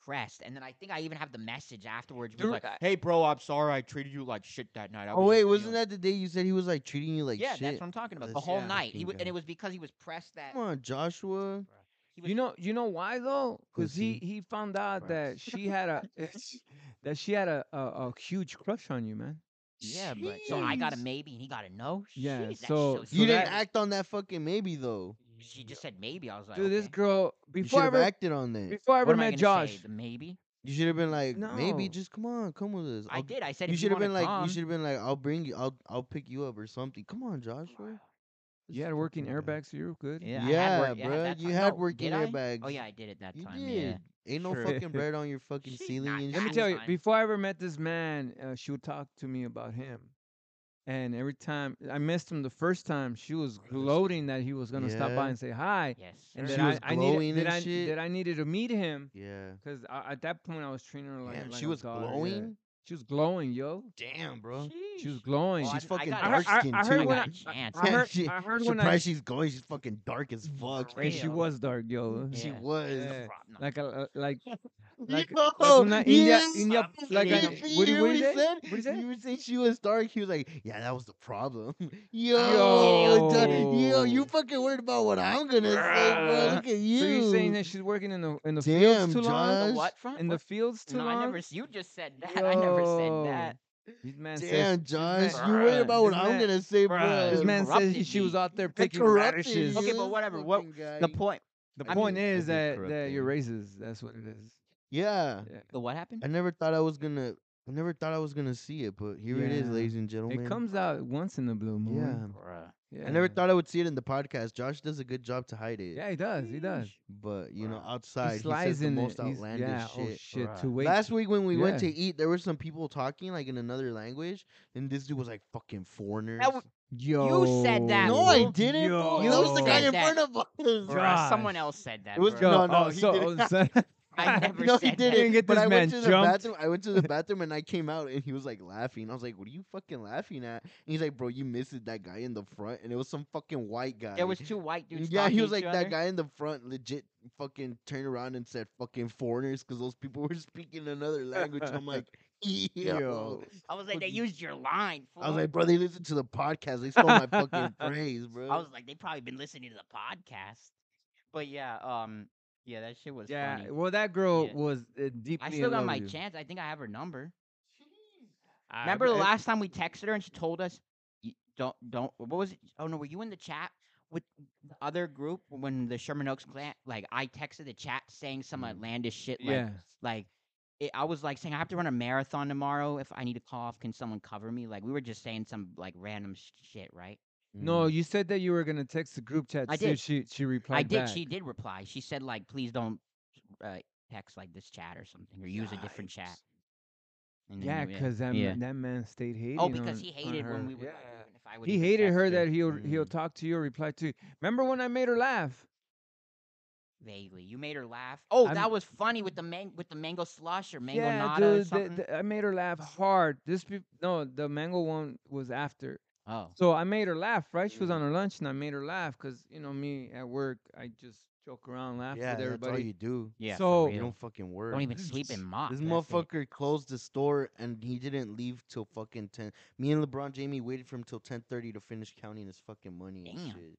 impressed. And then I think I even have the message afterwards. Was Dude, like, hey, bro, I'm sorry I treated you like shit that night. I oh wait, you wasn't know." that the day you said he was like treating you like yeah, shit? that's what I'm talking about. The That's- whole yeah, night, he w- fucking and guy. it was because he was pressed that. Come on, Joshua. He was You know, you know why though? Because he Pussy. he found out Right. that she had a eh, that she had a, a a huge crush on you, man. Yeah, but So I got a Jeez. maybe, and he got a no. Yeah, Jeez, that's so- so so you sad. didn't act on that fucking maybe though. She just said maybe. I was like, Dude, this okay. girl You should before I have ever acted on that. before I What ever am I met gonna say, Josh. the maybe. you should have been like, maybe No. just come on, come with us. I I'll- did. I said You if you should have wanna been like, come, you should have been like, I'll bring you, I'll, I'll pick you up or something. Come on, Joshua. You had working airbags, so you were good. Yeah, I Yeah, had work- yeah, bro, that you time- had no, working did I? airbags. Oh yeah, I did at that you time. did. Yeah. Ain't no Sure. fucking bread on your fucking She's not ceiling and that Let me I'm shit. tell you, fine. before I ever met this man, uh, she would talk to me about him. And every time I missed him the first time, she was gloating that he was gonna stop Yeah. by and say hi. Yes. And sir. She that I, was I needed glowing that and I, shit. that I needed to meet him Yeah. because at that point I was treating her like, Damn, like she a was daughter, yeah. glowing. She was glowing, yo. Damn, bro. She was Sheesh. glowing. Well, She's I- I fucking got- I heard- dark I- I skinned heard too. when I- a chance. I Yeah, heard, she- I heard when Surprised I she's glowing. She's fucking dark as fuck. real. and she was dark, yo. She Yeah. was. Yeah. Problem. Like a like like, Yo, like una India yes. India like you a, see- what, do- hear what do what he you say? said? What do you say? You would say she was dark. He was like, "Yeah, that was the problem." yo, Yo. duh, yo, you fucking worried about what I'm gonna say, bro? Bruh. Look at you. So you're saying that she's working in the in the Damn, fields too The Josh. long? what front? In the What- fields too no, long? I never. s- You just said that. I never Yo. said that. This man says Damn, Josh, you man- worried about what this I'm man- gonna say, bro? bruh, this man says he- corrupted she was me. out there That picking corrupted radishes. you, Okay, but this whatever, what- fucking guy. The point. The I mean- point I is did that, corrupt that you're him. racist. That's what it is. Yeah, Yeah. The what happened? I never thought I was gonna. I never thought I was gonna see it, but here it is, Yeah. ladies and gentlemen. It comes out once in the blue Yeah. moon. Bruh. Yeah. I never thought I would see it in the podcast. Josh does a good job to hide it. Yeah, he does. He does. But you know, Bruh. outside he, he slides says the in it. most He's- outlandish yeah, shit. Oh shit. Bruh. To wait. Last week when we went to Yeah. eat, there were some people talking like in another language, and this dude was like fucking foreigners. w- Yo. said that, no, I fool. didn't. Bro. Yo. That was the You guy said in that. front of us. Bruh, Someone Josh. else said that. It was- bruh. Yo, No, no, oh, he so, didn't. oh, so- I never no, he said didn't. that. Didn't get but this I man went to the jumped. bathroom. I went to the bathroom and I came out and he was like laughing. I was like, "What are you fucking laughing at?" And he's like, "Bro, you missed it, that guy in the front." And it was some fucking white guy. There was two white dudes. yeah, he talking was to like each that other. guy in the front. Legit, fucking turned around and said, "Fucking foreigners," because those people were speaking another language. I'm like, yo. Yo. I was like, they fucking- used your line. Fool. I was like, bro, they listen to the podcast. They stole my fucking praise, bro. I was like, they probably been listening to the podcast. But yeah, um, yeah, that shit was Yeah. funny. Well, that girl Yeah. was uh, deeply. I in still got love my with you. chance. I think I have her number. I- Remember the it- last time we texted her and she told us, "You don't, don't. What was it? Oh no, were you in the chat with the other group when the Sherman Oaks clan? Like I texted the chat saying some Mm. outlandish shit. Like, Yeah. like it, I was like saying I have to run a marathon tomorrow. If I need to call off, can someone cover me? Like we were just saying some like random sh- shit, right? Mm. No, you said that you were gonna text the group chat. I see if did. She she replied. I did. back. She did reply. She said like, please don't uh, text like this chat or something, or use a different chat. And then Mm, Yeah, we- because that, yeah. ma- that man stayed hating. oh, because on- he on hated her. when we were. Yeah. like, "Even if I would He even hated text her that he'll he'll Mm. talk to you or reply to you. Remember when I made her laugh? vaguely. You made her laugh. Oh, that I'm- was funny with the man with the mango slush or mango yeah, nata or dude, th- something. th- I made her laugh hard. This be- no, the mango one was after. oh, So I made her laugh, right? She was Mm. on her lunch, and I made her laugh because you know me at work, I just joke around, laugh yeah, with that's all everybody. you do. yeah. for so- You real. don't fucking work. Don't even sleep in mock. This that's it. motherfucker closed the store and he didn't leave till fucking ten. Me and LeBron Jamie waited for him till ten thirty to finish counting his fucking money and Damn. shit.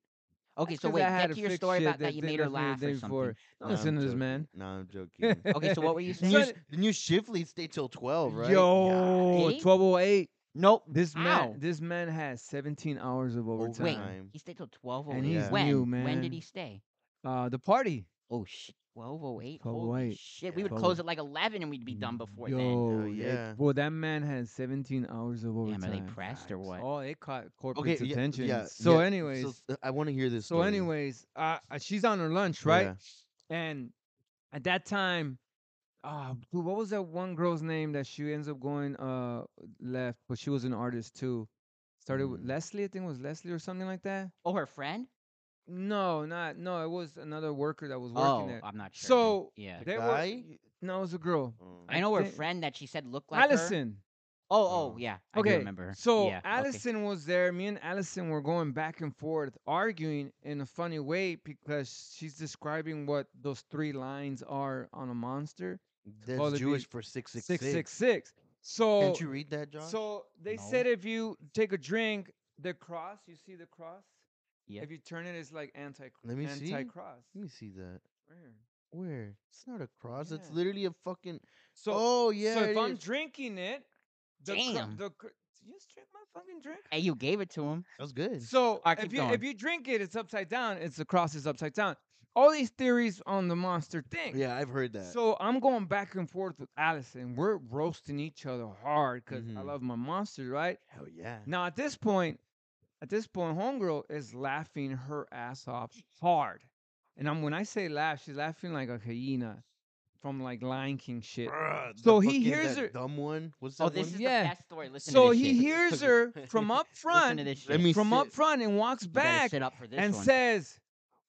Okay, That's so 'cause wait, I had back to to your fix story shit about that that you they made her left me the laugh day or before. something. Don't listen to this man. No, I'm joking. Okay, so what were you the, saying? new, Son- s- the new shift lead stay till twelve, right? Yo, Really? twelve oh eight. Nope. This man, Ow. this man has seventeen hours Oh of overtime. Wait, time. he stayed till twelve oh And eight. he's When? new, When did man. he stay? Uh, the party. Oh shit, twelve oh eight. 12:08, Shit, we would 12:08. close at like eleven and we'd be done before Yo, then. Oh, it- yeah. well, that man had 17 hours of are overtime. they pressed or Facts. what? Oh, it caught Okay. corporate's Yeah, attention. yeah, so, yeah. anyways, so, so, uh, I want to hear this. story. anyways, uh, uh, she's on her lunch, right? And at that time, uh, dude, what was that one girl's name that she ends up going uh left? But she was an artist too. Started with Mm. Leslie, I think it was Leslie or something like that. Oh, her friend? No, not no. It was another worker that was working Oh, there. I'm not sure. then. So yeah, there guy? were- no, it was a girl. Yeah. I know her think- friend that she said looked like her. Allison. Oh, oh, Oh. yeah. I do Okay, remember. her. so yeah, okay. Allison was there. Me and Allison were going back and forth, arguing in a funny way because she's describing what those three lines are on a monster. That's Call it Jewish the for six six six six six. So Can't you read that, John? So they No. said if you take a drink, the cross, you see the cross? Yeah. If you turn it, it's like anti Let me see. anti cross. Let me see that. Where? It's not a cross. It's Yeah. literally a fucking. So oh yeah. so if it I'm is. drinking it, the cro- Damn. the cr- you just drink my fucking drink. Hey, you gave it to him. that was good. So Alright, if keep you going. if you drink it, it's upside down. It's the cross is upside down. All these theories on the monster thing. Oh, yeah, I've heard that. So I'm going back and forth with Allison. We're roasting each other hard because I Mm-hmm. Mhm. love my monster, right? Hell yeah. Now at this point, at this point, homegirl is laughing her ass off hard, and I'm when I say laugh, she's laughing like a hyena from like Lion King shit. Bruh, the So he fucking- hears that her- Dumb one. What's that Oh, this one? is Yeah. the best story. Listen so to this he shit. hears her from up Listen to front, this shit. Let me from up sit. front, and walks You gotta back sit up for this and one. says,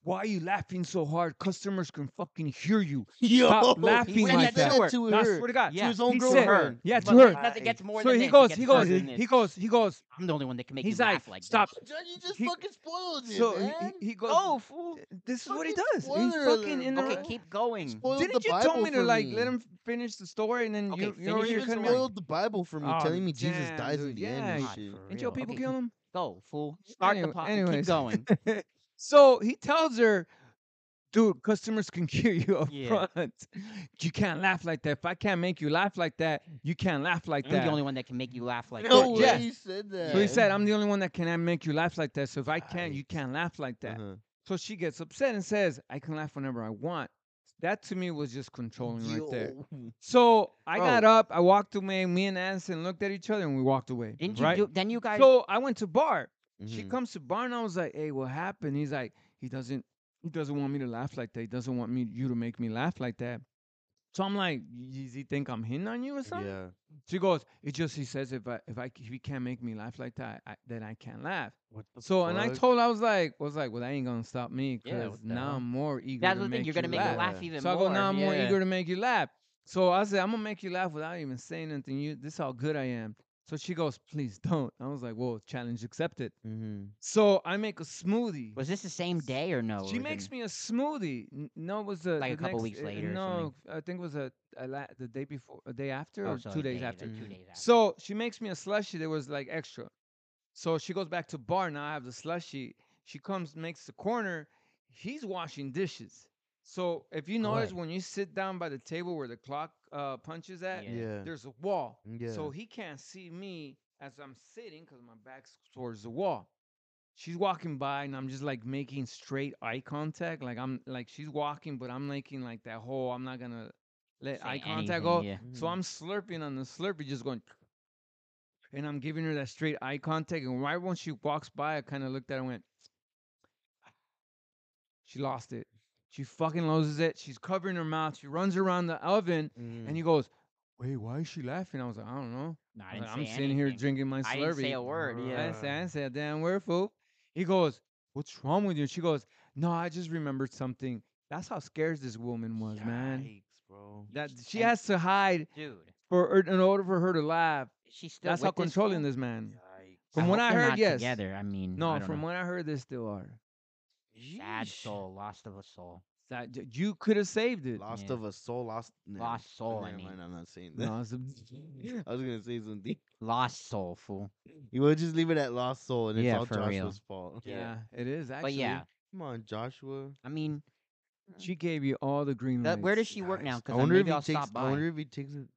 "Why are you laughing so hard? Customers can fucking hear you." Yo, Stop he laughing said like that. to No, I her, swear to God. Yeah. to his own he girl. said- friend. yeah, But to her. like, nothing gets more So than he this. goes, it he gets goes, further than he this. goes, he goes. I'm the only one that can make He's you like, laugh like "Stop." this. John, you just He- fucking spoiled it, So he, man. Oh, he he goes, Go, fool. This is what he Fucking does. He's spoiler fucking alert. in the Okay, right- keep going. Spoiled Didn't the you Bible tell me to for like me. let him finish the story and then Okay, you you're finish over it here You couldn't cutting just me off? spoiled the Bible for me, Oh, telling me Jesus damn, dies dude, in the end. yeah. and God, shit. for Ain't your real. people Okay, killing him? Go, fool. Start Anyway- the pot. anyways. Keep going. So he tells her, dude, customers can hear you up Yeah. front. You can't laugh like that. If I can't make you laugh like that, you can't laugh like I'm that. the only one that can make you laugh like No that. way Yeah. he said that. so he said, I'm the only one that can uh, make you laugh like that. So if I can't, you Right. can't laugh like that. Uh-huh. So she gets upset and says, I can laugh whenever I want. That to me was just controlling right there. Yo. So I got Bro. up, I walked away. Me and Addison looked at each other and we walked away. Didn't you right? do? Then you guys. So I went to bar. She Mhm. comes to bar and I was like, "Hey, what happened?" He's like, "He doesn't. He doesn't want me to laugh like that. He doesn't want me you to make me laugh like that." So I'm like, "Y- "Does he think I'm hitting on you or something?" Yeah. She goes, "It just he says if I if I if he can't make me laugh like that, I, then I can't laugh." What the So and I fuck? told her, I was like, "Was like, well, that ain't gonna stop me because Yeah, what the now hell? I'm more eager." that's to the thing. make You're gonna you make laugh. me laugh even So I more. go, now I'm more Yeah. eager to make you laugh. So I said, I'm gonna make you laugh without even saying anything. You, this how good I am. So she goes, please don't. I was like, whoa, challenge accepted. Mhm. So I make a smoothie. Was this the same day or no? she makes me a smoothie. N- No, it was the, Like the a couple next- weeks uh, later or No, something. Oh, I think it was a, a la- the day before, a day after, or two days after. Two Mhm. days after. So she makes me a slushy. There was like extra. So she goes back to bar. Now I have the slushy. She comes, makes the corner. He's washing dishes. So if you notice, Good. when you sit down by the table where the clock uh, punches at, Yeah. Yeah. there's a wall. Yeah. So he can't see me as I'm sitting because my back's towards the wall. She's walking by and I'm just like making straight eye contact. Like I'm like she's walking, but I'm making like that whole I'm not gonna let Say eye anything, contact go. yeah. So I'm slurping on the slurpee, just going, and I'm giving her that straight eye contact. And right when she walks by, I kind of looked at her and went, she lost it. She fucking loses it. She's covering her mouth. She runs around the oven, Mm-hmm. and he goes, "Wait, why is she laughing?" I was like, "I don't know." No, Mm. I I was didn't like, say I'm sitting anything. here drinking my I Slurpee. didn't say a word. I Yeah. didn't say, I didn't say a damn word, fool. He goes, "What's wrong with you?" She goes, "No, I just remembered something." That's how scared this woman was, man. Yikes, bro. That she And- has to hide Dude, for her, in order for her to laugh. she's still. That's with how controlling fool? this man. Yikes. From what hope I they're heard, not yes. Together. I mean, I No, don't from know. what I heard, they still are. sad Yeesh. soul, lost of a soul, That j- you could have saved it. Lost Yeah. of a soul. Lost. Nah, Lost soul, I Never mean. mind. I'm not saying that. No, it's a- I was gonna say something. lost soul, fool. You will just leave it at lost soul, and it's Yeah, all for Joshua's real. fault. yeah, it is actually. but yeah, Come on, Joshua. I mean, she gave you all the green lights. that, where does she work now? Yikes. Because I wonder if maybe he I'll takes. stop by. I wonder if he takes it.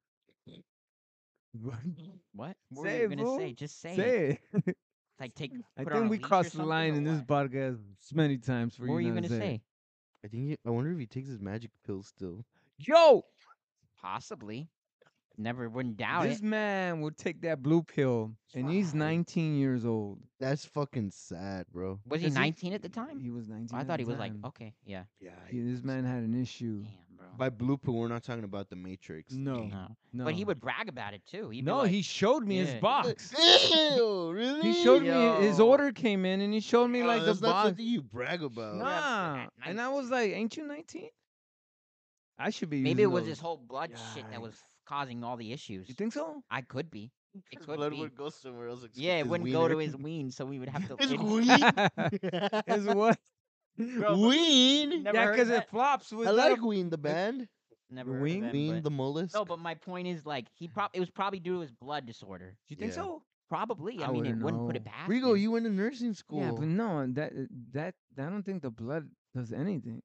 What? What Say were you it, gonna fool. say? Just say, it. Say it. Like take. I put on a think we leash or crossed the something, line or in this what? podcast many times for What were you. you not gonna to say? I think. He, I wonder if he takes his magic pill still. Yo, Possibly. Never wouldn't doubt this it. man will take that blue pill, and he's Fuck. 19 years old. That's fucking sad, bro. Was he Is he- 19 at the time? Oh, He was 19. I at thought the he was like, time. okay, yeah. Yeah. He- this man had an issue. Damn, bro. By blue pill, we're not talking about the Matrix. No, No. no. But he would brag about it too. He'd be No, like, he showed me Yeah. his Look, box. Ew, really? He showed me his Yo. order came in, and he showed me Oh, like the that's not box. something you brag about. Nah, and I was like, "Ain't you 19?" I should be. maybe using it was those. his whole blood shit that was causing all the issues. You think so? I could be. It His could blood be. would go somewhere else. except yeah, it his wouldn't go wiener. to his ween, so we would have to. His it- Is ween. what? Bro, ween. Never yeah, heard of because that? it flops with. I that- like Ween the band. never heard of Wing? him, Mean but- the mollusk. No, but my point is like he probably it was probably due to his blood disorder. you think Yeah. so? Probably. I, I mean, it wouldn't wouldn't put know. it past. Rigo, him. you went to nursing school. Yeah, but no, that uh, that I don't think the blood does anything.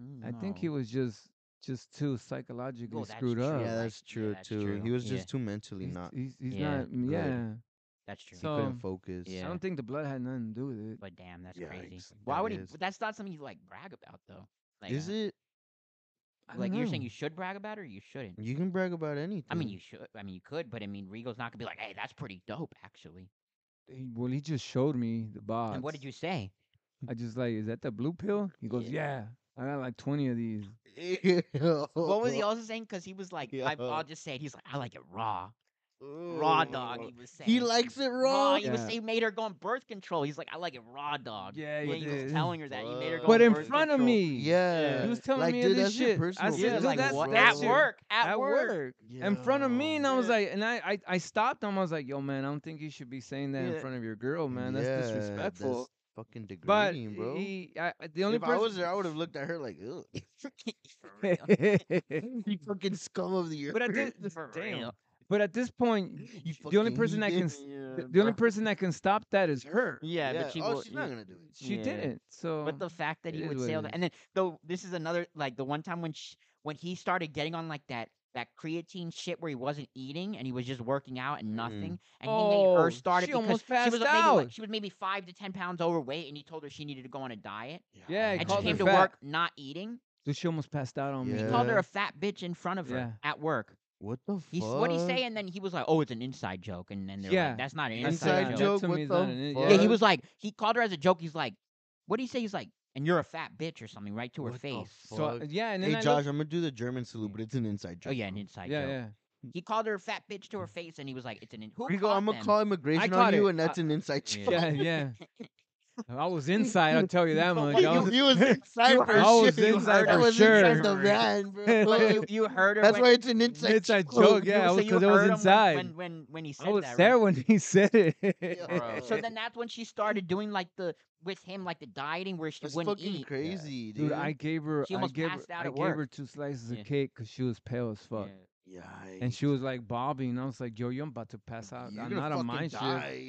Mm, I think he was just just too psychologically that's screwed true. up. yeah, like, that's yeah, true that's too. true. He was Yeah. just too mentally he's, not. he's, he's Yeah, not. good. Yeah, That's true. he couldn't so- focus. Yeah. I don't think the blood had nothing to do with it. But damn, that's Yeah, crazy. ex- Why that would he? is. but That's not something you like brag about though. Like, Is uh, it? I Like don't you're saying, know. you should brag about it, or you shouldn't. You can brag about anything. I mean, you should. I mean, you could, but I mean, Rigo's not gonna be like, "Hey, that's pretty dope, actually." He- well, he just showed me the box. And what did you say? I just like, is that the blue pill? He goes, yeah. I got like twenty of these. What was he also saying? Because he was like, I, Yeah. "I'll just say it." He's like, "I like it raw, raw dog." He was saying He likes it raw. He was Yeah. he made her go on birth control. He's like, "I like it raw dog." Yeah, Yeah, he he was did. telling her that he made her go. But on in birth front of control. me, Yeah. He was telling like, me all dude, this that's shit. Your personal I Yeah, said, business, dude, like that's what? bro. at shit. work, at, at work. work. in front of me, and I was Yeah. like, and I, I, I stopped him. I was like, yo, man, I don't think you should be saying that Yeah. in front of your girl, "Oh, man. That's Yeah, disrespectful. fucking But degrading, bro. he, I, I- the only if person I was there, I would have looked at her like, ugh. For real. You fucking scum of the earth. but at this, For damn. real. But at this point, You the only fucking person that can, heathen. s- the the only person that can stop that is her. Yeah, but she oh, will, she's not gonna do it. She Yeah. didn't. So But the fact that it he is would what say it all that, is. and then though this is another like the one time when sh when he started getting on like that that creatine shit where he wasn't eating and he was just working out and Mm. nothing, and he made her Mm-hmm. Oh, start it she because almost she was passed maybe like, out. she was maybe five to ten pounds overweight, and he told her she needed to go on a diet, Yeah, I and she called her came to fat. work not eating. Dude, she almost passed out on He me. called her Yeah. a fat bitch in front of her Uh, Yeah. at work. What the fuck? He what he say, and then he was like, "Oh, it's an inside joke," and then they're Yeah. like, "That's not an Inside inside, Inside joke." joke. joke. To What me is not the an- fuck? Yeah, he was like, he called her as a joke. He's like, "What do you say?" He's like, "And you're a fat bitch or something," right to her What the face. So I- fuck? yeah, and then Hey I Josh, looked- I'm gonna do the German salute, but it's an inside joke. Oh yeah, an bro. inside yeah, joke. yeah. Mm. He called her a fat bitch to her face, and he was like, "It's an in- who Rigo, caught I'm gonna them? call immigration caught on you, it. and that's an inside joke. Yeah, yeah. I was inside. I'll tell you that much. I you, was, you was inside You for heard- I was sure. inside that for was sure. inside the van, But bro. you, you heard her. that's when, why it's an inside, Inside joke, yeah. I so was- you 'cause it was heard him when- inside. When, when when he said I was that. there Right? when he said it. Bro. So then that's when she started doing like the with him like the dieting where she That's wouldn't fucking eat. crazy, dude. Dude, I gave her, She I almost gave, her, passed out I at gave work. her two slices Yeah. of cake because she was pale as fuck, and she was like bobbing. I was like, "Yo, yo, I'm about to pass out. I'm not on my shift."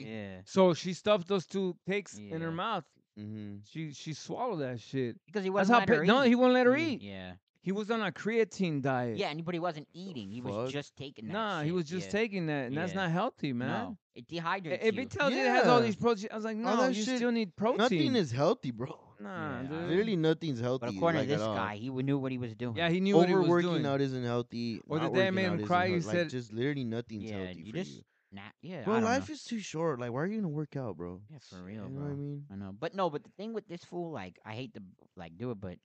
Yeah. So she stuffed those two cakes in Yeah. her mouth. Mm-hmm. She she swallowed that shit. Because he That's wasn't. how. letting her Pa- no, eat. Mm, he won't let her eat. Yeah. He was on a creatine diet. Yeah, and but he wasn't eating. He was fuck? just taking that. Nah, he shit, was just yeah. taking that, and that's Yeah. not healthy, man. No, it dehydrates If you. it tells you it has all Yeah. these protein, I was like, Oh, All no, that you shit- still need protein. Mm. Nothing is healthy, bro. Nah, Yeah, I dude. Literally, nothing's healthy. but according like, to at this all. guy, he w- knew what he was doing. Yeah, he knew what he was overworking doing. out isn't healthy. Or the not day I working made out him isn't cry, he healthy, like, said- "Just literally nothing's yeah, healthy you for just you." nah, yeah. I Bro, don't life know. is too short. Like, why are you gonna work out, bro? yeah for real, you know bro. what I mean? I know, but no, but the thing with this fool, like, I hate to like do it, but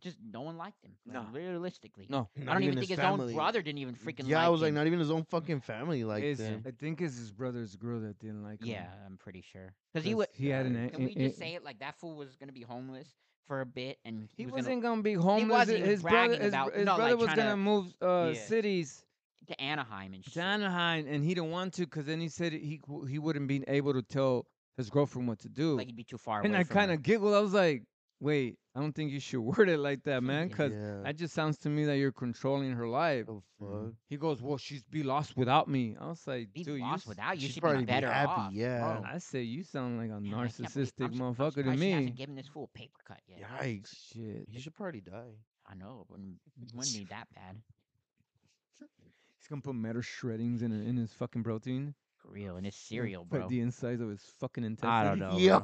just no one liked him. like, No. realistically, No, I don't even think his family. own brother didn't even freaking. Yeah, like I was like, him. not even his own fucking family like It's- that. I think it's his brother's girl that didn't like him. Yeah, I'm pretty sure because he was. he had an. Can we a- just say it like that fool was gonna be homeless for a bit, and he, he, was wasn't gonna, gonna, be homeless. wasn't even his brother, bragging his, about- his no, like, brother was tryna- gonna move uh, Yeah. cities to Anaheim and shit. to Anaheim, and he didn't want to because then he said he cou- he wouldn't be able to tell his girlfriend what to do. like he'd be too far and away. I from her. kind of giggled. I was like, wait, I don't think you should word it like that, man, because yeah. that just sounds to me that you're controlling her life. Mm, Oh, Mhm. fuck. He goes, well, she's be lost without me. I was like, Mm-hmm. be dude, you lost s- without you. she's She'd probably be be better happy, off. yeah. bro. I say you sound like a Yeah, I can't believe- narcissistic I'm su- I'm motherfucker to surprised She hasn't me. given this fool a paper cut yet. Yikes. Shit, You should probably die. I know, but it wouldn't be that bad. he's gonna put metal shreddings in in his fucking protein. For real, and it's He's gonna cereal, put bro. The insides of his fucking intestines. know. Yo,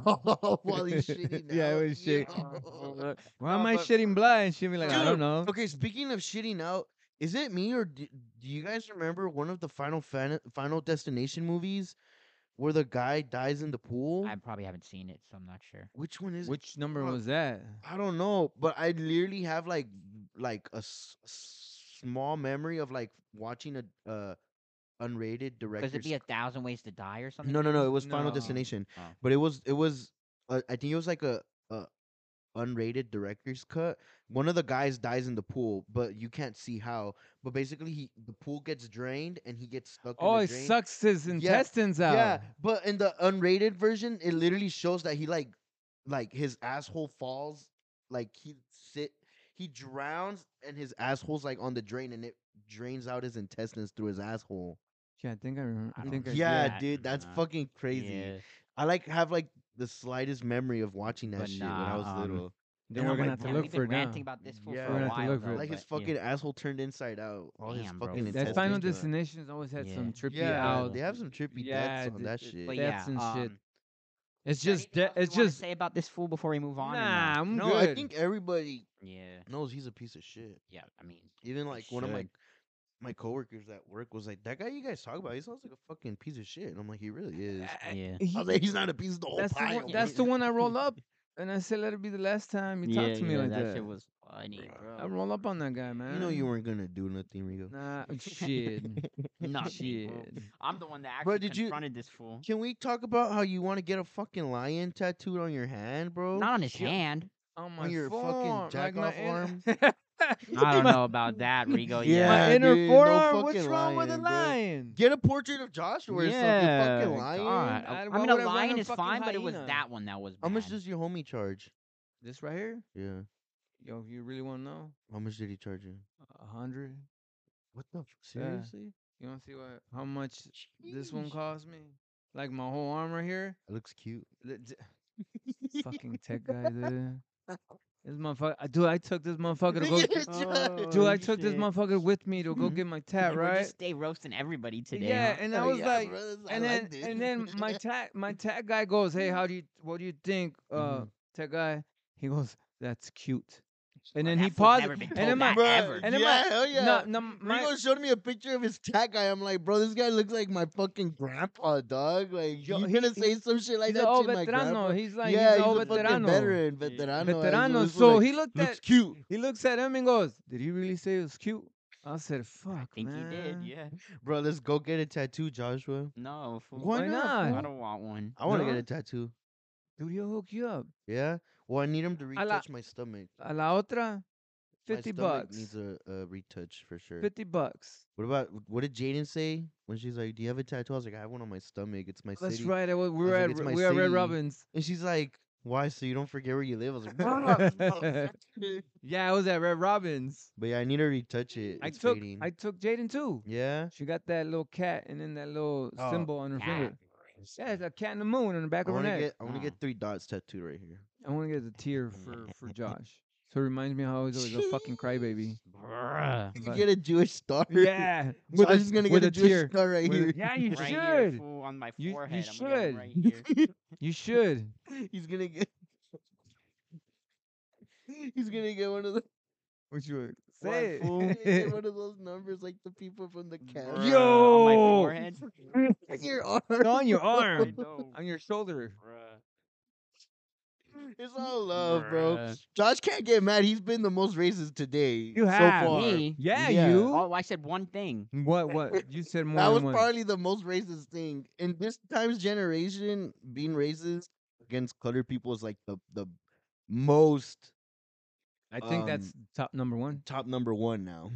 while he's shitting yeah, out. it was shit. Yo. Why No, am I but- shitting blood? And she'd be like, I Dude, don't know. Okay, speaking of shitting out, is it me or do, do you guys remember one of the Final Fan- Final Destination movies where the guy dies in the pool? I probably haven't seen it, so I'm not sure. Which one is it? Which number fuck. was that? I don't know, but I literally have like like a s- small memory of like watching a uh unrated Because director's it'd be a thousand ways to die or something. No, no, no. It was No. Final Destination, Oh. but it was it was uh, I think it was like a, a unrated director's cut. One of the guys dies in the pool, but you can't see how. But basically, he the pool gets drained and he gets stuck. Oh, in it the drain. sucks his intestines out. Yeah, but in the unrated version, it literally shows that he like like his asshole falls, like he sit. He drowns and his asshole's like on the drain and it drains out his intestines through his asshole. Yeah, I think I remember. I, I don't think I, Okay, yeah, yeah, dude, that's nah. fucking crazy. I like have like the slightest memory of watching that But shit when nah, I was um, little. Then we're I'm gonna like, have to "Damn, look we've for been it now. ranting about this fool Yeah. for We're a gonna have to while, look for though, it. Like his but, yeah. fucking asshole turned inside out. All his Damn, bro. fucking That That intestines. Final were- Destinations always had Yeah. some trippy Yeah, out. they have some trippy Yeah, deaths on th- that th- shit. But deaths yeah, and shit. um, It's is there just anything that. else It's you wanna just say about this fool before we move on. or no? nah. I'm no, good. I think everybody Yeah. knows he's a piece of shit. Yeah. I mean, Even like one of my should. my coworkers at work was like, "That guy you guys talk about, he sounds like a fucking piece of shit." And I'm like, "He really is." I- yeah. I was like, "He's not a piece of the whole that's the pile." one, that's the bro." one I roll up, and I said, "Let it be the last time you talk to me yeah, like that. that." shit was funny, I bro. roll up on that guy, man. You know you weren't gonna do nothing, Rigo. Nah, shit. Nothing, shit. bro. I'm the one that Bro, actually did you- confronted this fool. Can we talk about how you want to get a fucking lion tattooed on your hand, bro? Not on his Shit. hand. On my your fucking forearm, like my jack-off inner- arm? I don't know about that, Rigo. Yeah. my inner dude, no forearm. What's fucking wrong with a lying, bro. lion? Get a portrait of Joshua or Yeah, something. Fucking lion. God. I- I, why mean, would I a want lion a is fucking fine, but it was hyena? that one that was bad. How much does your homie charge? This right here, Yeah. yo. You really want to know? How much did he charge you? A hundred. What the f- Yeah. seriously? You want to see what? How much this one cost me? Like my whole arm right here. It looks cute. The- d- fucking tech guy, dude. This motherfucker, dude. I took this motherfucker to go. Dude, I took this motherfucker with me to go Mhm. get my tat, You were right? just stay roasting everybody today. yeah, huh? and I Oh, was yeah, like, brothers, I and then liked it. and then my tech my tech guy goes, "Hey, how do you what do you think, uh, Mhm. tech guy?" He goes, "That's cute," and then that he fool's paused, never been and told then my that. ever. Bruh, and then yeah, my hell yeah. no, no, my Rigo showed me a picture of his cat guy. I'm like, bro, this guy looks like my fucking grandpa, dog. Like, Yo, you he- gonna he- say some shit like he's that an old to my veterano. grandpa? He's like yeah, he's, he's an a old fucking veterano. veteran, veterano. Veterano. Absolutely. So he looked looks at cute. he looks at him and goes, "Did he really say it was cute?" I said, "Fuck, I think man. he did. Yeah. Bro, let's go get a tattoo, Joshua. No. Fool. Why not? I don't want one. I want to No? get a tattoo. Dude, he'll hook you up. Yeah. Well, I need him to I la- retouch my stomach. A la otra, My fifty stomach bucks. needs a, a retouch for sure. Fifty bucks. What about what did Jaden say when she's like, "Do you have a tattoo?" I was like, "I have one on my stomach. It's my That's city." right. I was, we were like, at "It's Re- my we were at Red city." Robins. And she's like, "Why? So you don't forget where you live?" I was like, Yeah, I was at Red Robins. "But yeah, I need to retouch it. I It's took fading." I took Jaden too. yeah. She got that little cat and then that little Oh, symbol on her Cat. finger. Yeah, it's a cat in the moon on the back I of her want to neck. get I want to Ah. get three dots tattooed right here. I want to get the tear for for Josh. So it reminds me how I was always a fucking crybaby. Bruh. You But- get a Jewish star. Yeah, So with I'm a, just gonna with get a a Jewish tear. star right With a- here. yeah, you Right Here, should. fool, on my You- you forehead. I'm gonna get one should. right here. You should. He's gonna get. He's gonna get one of the. What you one, say? fool. He's gonna it. get one of those numbers like the people from the Bruh, cast. on my Yo. forehead. your arm. on your I arm, know, on your shoulder. bruh. It's all love, bro. Bruh. Josh can't get mad. He's been the most racist today. You have. so far. Me? Yeah, Yeah. you. Oh, I said one thing. What? What? You said more. That than was one. probably the most racist thing in this time's generation. Being racist against colored people is like the the most I think that's top number one. top number one now.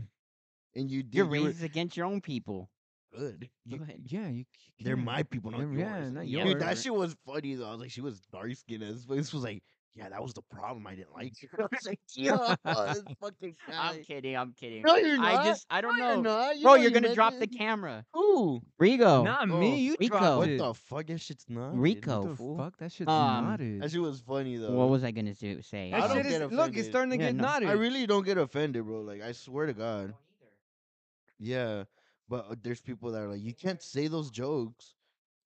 And you did You're you were racist against your own people. good. You- yeah, you. c- They're can't. my people, not They're- yours. yeah, not Yeah, Dude, Or- that shit was funny though. I was like, she was dark skinned as fuck. This was like, yeah, that was the problem. I didn't like you. I was like, yeah, this fucking I'm guy. kidding. I'm kidding. No, you're not. I just, I don't no, know. you're not. You Bro, know you're you gonna drop the mentioned- camera. Who? Rigo. Not Oh, me. You Rico. dropped What What it. the fuck? That shit's not. Rico, What the fool. fuck? That shit's Um, knotted. That shit was funny though. What was I gonna do? Say? I That don't shit get is. Look, offended. Uh, it's starting to Yeah, get no. knotted. I really don't get offended, bro. Like I swear to God. Yeah, but uh, there's people that are like, you can't say those jokes.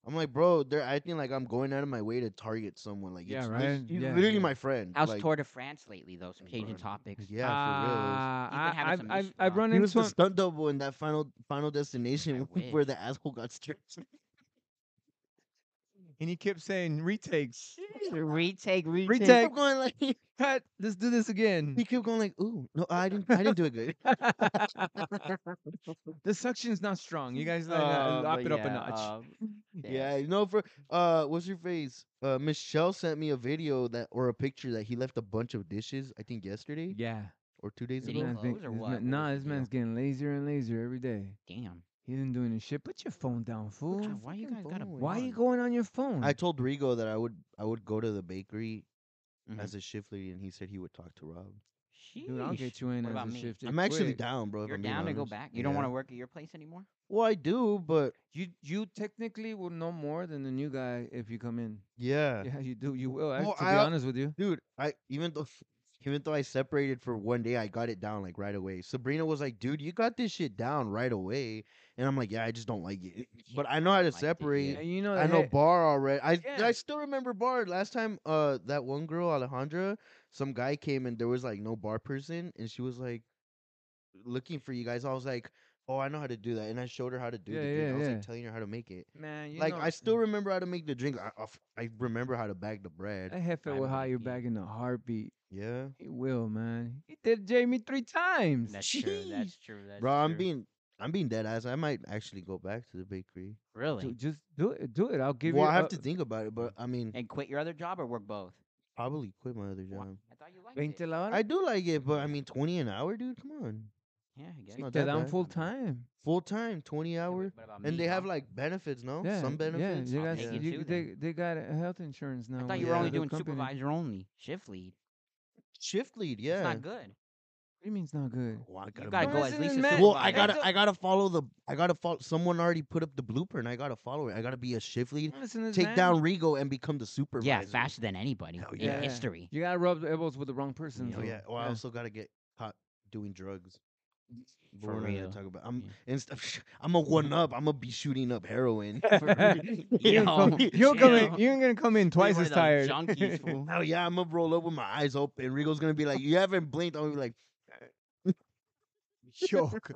I'm like, bro, they're acting like I'm going out of my way to target someone. Like, Yeah, it's right? lit- He's Yeah, literally yeah. my friend. How's like, Tour de France lately, though? Some changing Bruh. topics. Yeah, for Ah, He's been having I, I've, some I've, issues, I've huh? run real. He was into the him. stunt double in that final final destination wish. where the asshole got stripped. And he kept saying retakes. Uh, retake, retake. He Retake. kept going like he Cut. Let's do this again. kept going like, ooh, no, I didn't, I didn't do it good. the suction's not strong. You guys Uh, like, uh, lop but it up a yeah, notch. um, Yeah, no, for uh, what's your face? Uh, Michelle sent me a video that or a picture that he left a bunch of dishes. I think yesterday yeah. or two days This Did he ago. man's close been- or this what? What was man- nah, the this man's deal? getting lazier and lazier every day. Damn. He didn't do any shit. Put your phone down, fool. God, why you fucking guys gotta? phone? Why are you bond? going on your phone? I told Rigo that I would I would go to the bakery Mhm. as a shift lead, and he said he would talk to Rob. Dude, I'll Sheesh. get you in What as about a me? shift. I'm actually down, bro. if You're I'm being down to go honest. back. You don't want Yeah. to work at your place anymore. Well, I do, but You you technically will know more than the new guy if you come in. yeah, Yeah, you do. You will. act- Well, to be I- honest with you, dude. I even though even though I separated for one day, I got it down like right away. Sabrina was like, "Dude, you got this shit down right away," and I'm like, "Yeah, I just don't like it." But I know how don't to like it, separate. yeah. And you know. I that, know hey, Bar already. I Oh, Yeah. I still remember Bar. Last time, uh, that one girl Alejandra, some guy came and there was like no bar person, and she was like looking for you guys. I was like, oh, I know how to do that, and I showed her how to do Yeah, the drink. yeah, I was yeah. like telling her how to make it. man, you like know, I still remember how to make the drink. I, I f- I remember how to bag the bread. That heifer I will know hire you he- back in a heartbeat. yeah, He will, man. He did Jamie three times. That's true. That's true. That's bro, I'm true. being I'm being dead ass. I might actually go back to the Ju- bakery. really Just do it. Do it. I'll give well, you. I have uh, to think about it, but I mean, and quit your other job or work both. probably quit my other Wha- job. I thought you liked 20 it. la hora. I do like it, but I Mm. mean, twenty an hour, dude. Come on, Yeah, I guess. not Yeah, Te that dan bad. full time. full time, twenty but hour. what about me, And they huh? have like benefits, no? Yeah, Oh, Some benefits. Yeah, I'll you take guys, it you- too they, then. they got a health insurance now. I thought with you were the- only the doing company. supervisor only, shift lead. Shift lead, It's yeah. not good. What do you mean it's not good? Well, I gotta Well, go isn't at least. it a meant- Well, I supervisor. gotta, I gotta follow the, I gotta follow. Someone already put up the blueprint. I gotta follow it. I gotta be a shift lead, Listen to this take man. down Rego, and become the supervisor. Yeah, faster than anybody Hell yeah. in history. You gotta rub elbows with the wrong person. Yeah. Oh though. yeah. Well, I also gotta get caught doing drugs. But For we're not real. gonna talk about. I'm Yeah. instead. I'm a one up. I'm gonna be shooting up heroin. You ain't Yo, come- you ain't coming. chill. You ain't gonna come in We twice were as the tired. Junkies, fool. Hell yeah, I'm gonna roll up with my eyes open. Rego's gonna be like, "You haven't blinked." I'm gonna be like, Joke.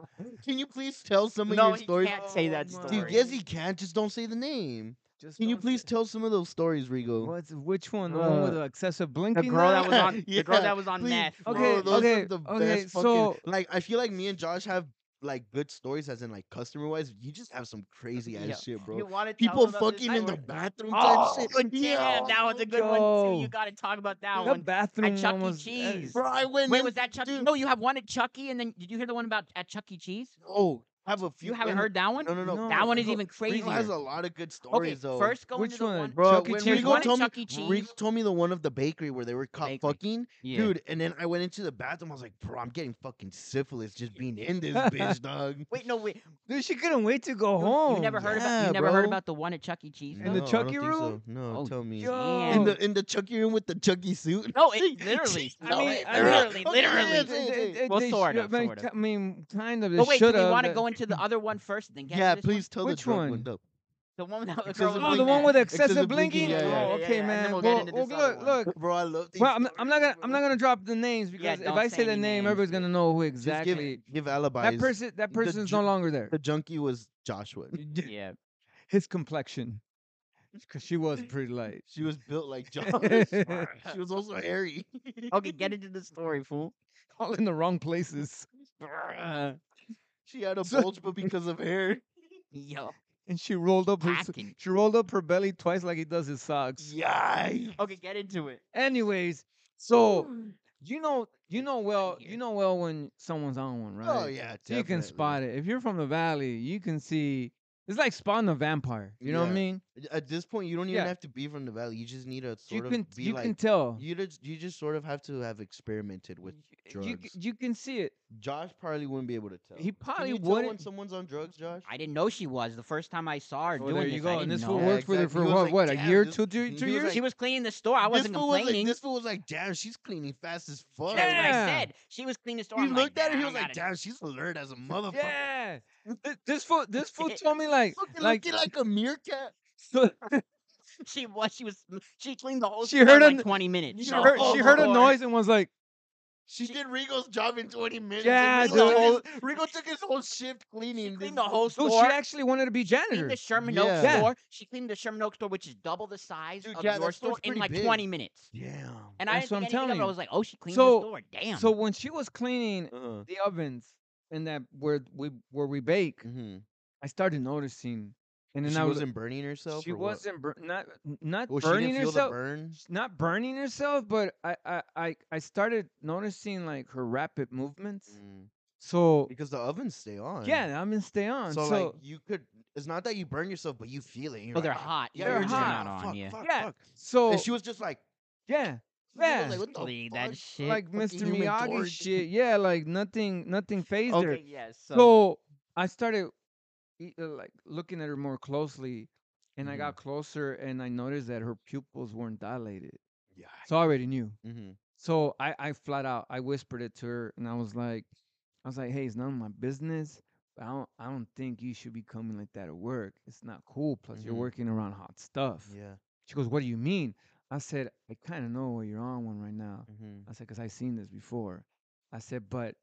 "Can you please tell some of no, your he stories?" can't say Oh that my story. Dude, yes, he can. Just don't say the name. Just Can you don't please say- tell some of those stories, Rigo? What's which one? The one with Uh, the excessive blinking. the girl that light? was on the girl Yeah, that was on please, meth. bro, Okay, those okay, are the okay, best fucking- so- like, I feel like me and Josh have like good stories, as in like customer wise. You just have some crazy ass Yeah. shit, bro. You want to People fucking in the bathroom type shit. yeah, Yeah. that was a good one Yo. too. You got to talk about that The one. bathroom At Chuck E. one was, uh, Cheese. bro, I went. Wait, in- was that Chuck? E. dude, No, you have one at Chucky, and then did you hear the one about at Chuck E. Cheese? Oh, I have a few. You haven't and- heard that one? No, no, no. No. That one is Rigo- even Rigo has a crazier. lot of good Okay, stories though. first go into Which the one? one. Bro, Chuck E. when Cheese There's Rigo one one? at told me, Chuck E. Cheese. Rigo told me the one of the bakery where they were caught Bakery. fucking, dude. And then I went into the bathroom. I was like, bro, I'm getting fucking syphilis just being in this bitch, dog. Wait, no, wait. Dude, she couldn't wait to go You- home. You never heard about yeah, you never heard bro. about the one at Chuck E. Cheese? In though? the I don't Chucky think room? So. No, Oh, tell me. damn. In the in the Chucky room with the Chucky suit. No, it literally. I no, mean, it I mean- literally, Okay, literally. yes, yes. Well, they sort should- of, I mean, sort of. ki- I mean, kind of. They But wait, do should we have. want to go into the other one first? Then get to Yeah, this one? please tell Which the drug one? one. though. The one without the Excessive girl. Oh, in the blinking. one with the Excessive excessive blinking, blinking. yeah, yeah, Oh, yeah, okay, yeah, and then man. we'll get Well, into well, this other look, one. look. Bro, I love these. Well, I'm, I'm stories, not gonna bro. I'm not gonna drop the names because if don't I say say the any name, names, everybody's dude. gonna know who Just give- exactly. give, alibis. That person that person's no ju- longer there. the junkie was Joshua. Yeah. His complexion, because she was pretty light. She was built like Josh. she was also hairy. Okay, get into the story, fool. All in the wrong places, She had a So- bulge, but because of hair. Yo. and she rolled up her Hacking. she rolled up her belly twice like he does his socks. Yeah. Okay, get into it. Anyways, so Hmm. you know you know well here. you know well when someone's on one, right? Oh yeah, So you can spot it. If you're from the valley, you can see. It's like spawn a vampire. You know what I Yeah. mean? At this point, you don't even Yeah. have to be from the valley. You just need to You sort of can be you like can tell. you. Just, you just sort of have to have experimented with drugs. You, c- you can see it. Josh probably wouldn't be able to tell. He Can probably you tell when wouldn't. someone's on drugs, Josh? I didn't know she was the first time I saw her Well, doing there this. you I go. And didn't this know. fool Yeah, worked for exactly. for He was what? like, what a "Damn, year, this- two, two, he two was years. like- she was cleaning the store. I wasn't this fool was like- complaining. this fool was like, "Damn, she's cleaning fast as fuck." That's what I Yeah. said. She was cleaning the store. He I'm looked like, at her. He "Nah, I was like, gotta- "Damn, she's alert as a motherfucker." yeah. Th- This fool, this fool told me like, Fucking like, looking like a meerkat. so- She was. She was. She cleaned the whole. She store heard in a- like twenty minutes. she No. heard, Oh, she heard a Lord. noise and was like, She did Rigo's job in 20 minutes. Yeah, and Rigo, dude. took his- Rigo took his whole shift She cleaning. cleaned the this- whole oh, store. she actually wanted to be cleaned janitor. the Sherman Yeah. Oaks Yeah. store. She cleaned the Sherman Oaks store, which is double the size Dude, of yeah, your that store's store in pretty like big. twenty minutes. Damn. And That's I what I'm didn't think anything telling of it. I you. was like, oh, she cleaned So- the store. Damn. So when she was cleaning Uh-huh. the ovens in that where we where we bake, Mm-hmm. I started noticing, and then she I was, wasn't burning herself. she or what? wasn't bur- not not Well, she burning didn't feel herself. the burn. she's not burning herself, but I, I I I started noticing like her rapid movements. Mm. So Because the ovens stay on. yeah, I'm gonna stay on. So, So, like you could. It's not that you burn yourself, but you feel it. and you're Oh, they're like, "Ah, hot. Yeah, They're you're just like, hot. Not "Ah, on, fuck, yeah. Fuck, Yeah. Fuck. so And she was just like, yeah. Yeah. Like, what the Leave that fuck? shit. like fucking Mr. human Miyagi torch. shit. Yeah, like nothing, nothing phased her. okay, yes. So, I started e- uh, like looking at her more closely, and I Mhm. got closer, and I noticed that her pupils weren't dilated. Yeah. So I already knew. Mm-hmm. So I, I flat out, I whispered it to her, and I was like, I was like, hey, it's none of my business. But I don't, I don't think you should be coming like that at work. It's not cool. Plus, you're Mhm. working around hot stuff. Yeah. She goes, what do you mean? I said, I kind of know what you're on one right now. Mm-hmm. I said, because I've seen this before. I said, but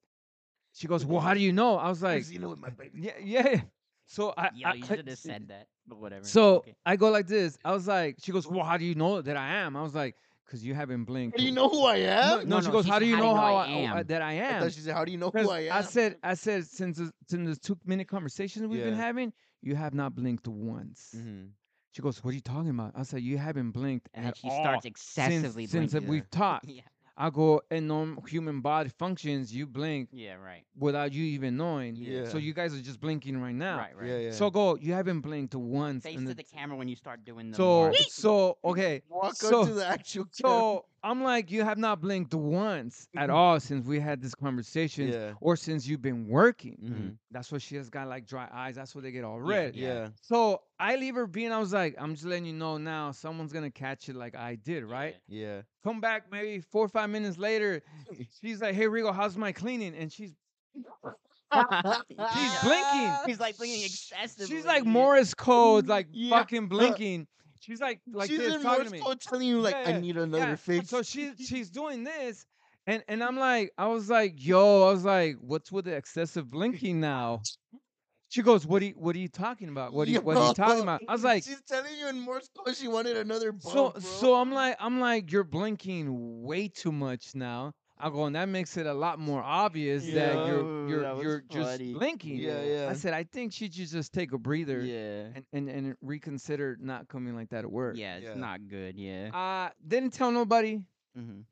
she goes, well, how do you know? I was like, you know, with my baby. yeah, yeah. So I, Yo, I- you I- should have said that, but whatever. So okay. I go like this. I was like, she goes, well, how do you know that I am? I was like, because you haven't blinked. Do you know who I No, am? no, No, she no, goes, she how said, do you "How know how, I, uh, am?" that I I am? thought she said, "How do you know 'Cause who I am?" I said, I said, since the- since the two minute conversations we've been Yeah. having, you have not blinked once. mm-hmm. She goes, what are you talking about? I said, you haven't blinked and then at she all starts since excessively since blinking. blinking. we've talked. Yeah, I go, and normal human body functions, you blink yeah, right. without you even knowing. Yeah. So you guys are just blinking right now. Right, right. Yeah, yeah. So go, you haven't blinked once. Face in to the camera when you start doing the so more- so okay. walk so, up to the actual. so I'm like, you have not blinked once at all since we had this kid. conversation, yeah. or since you've been working. Mhm. That's why she has got like dry eyes. That's why they get all red. Yeah. Yeah. So I leave her being. I was like, I'm just letting you know now. Someone's gonna catch it like I did, Yeah, right? Yeah. Come back maybe four or five minutes later. She's like, Hey Rigo, how's my cleaning? And she's yeah. she's blinking. She's like blinking excessively. She's like Morris code, like Yeah. fucking blinking. She's like like She's this in talking to Morse me. code telling you like, Yeah, yeah. "I need another Yeah, fix." So she she's doing this, and and I'm like, I was like, yo, I was like, what's with the excessive blinking now? She goes, what are you, what are you talking about? What are you, what are you talking Yo, about? I was like, she's telling you in Morse code she wanted another. Bump, so bro. so I'm like I'm like you're blinking way too much now. I go and that makes it a lot more obvious that Yo, you're you're that was you're funny. just blinking. Yeah, yeah. I said I think she should just take a breather yeah. and, and and reconsider not coming like that at work. Yeah, it's Yeah. not good. Yeah. Uh didn't tell nobody. Mhm.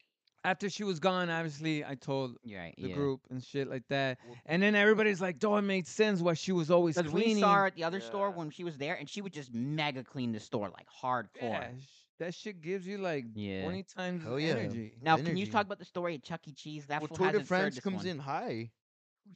After she was gone, obviously I told You're right. the yeah. group and shit like that. And then everybody's like, "Oh, it made sense why she was always Because cleaning." we saw her at the other store Yeah. when she was there, and she would just mega clean the store like Yeah, hardcore. sh- that shit gives you like Yeah. 20 times Hell yeah. energy. Now, can you Energy. talk about the story at Chuck E. Cheese? That Well, fool Tour de hasn't served France this comes one. in high,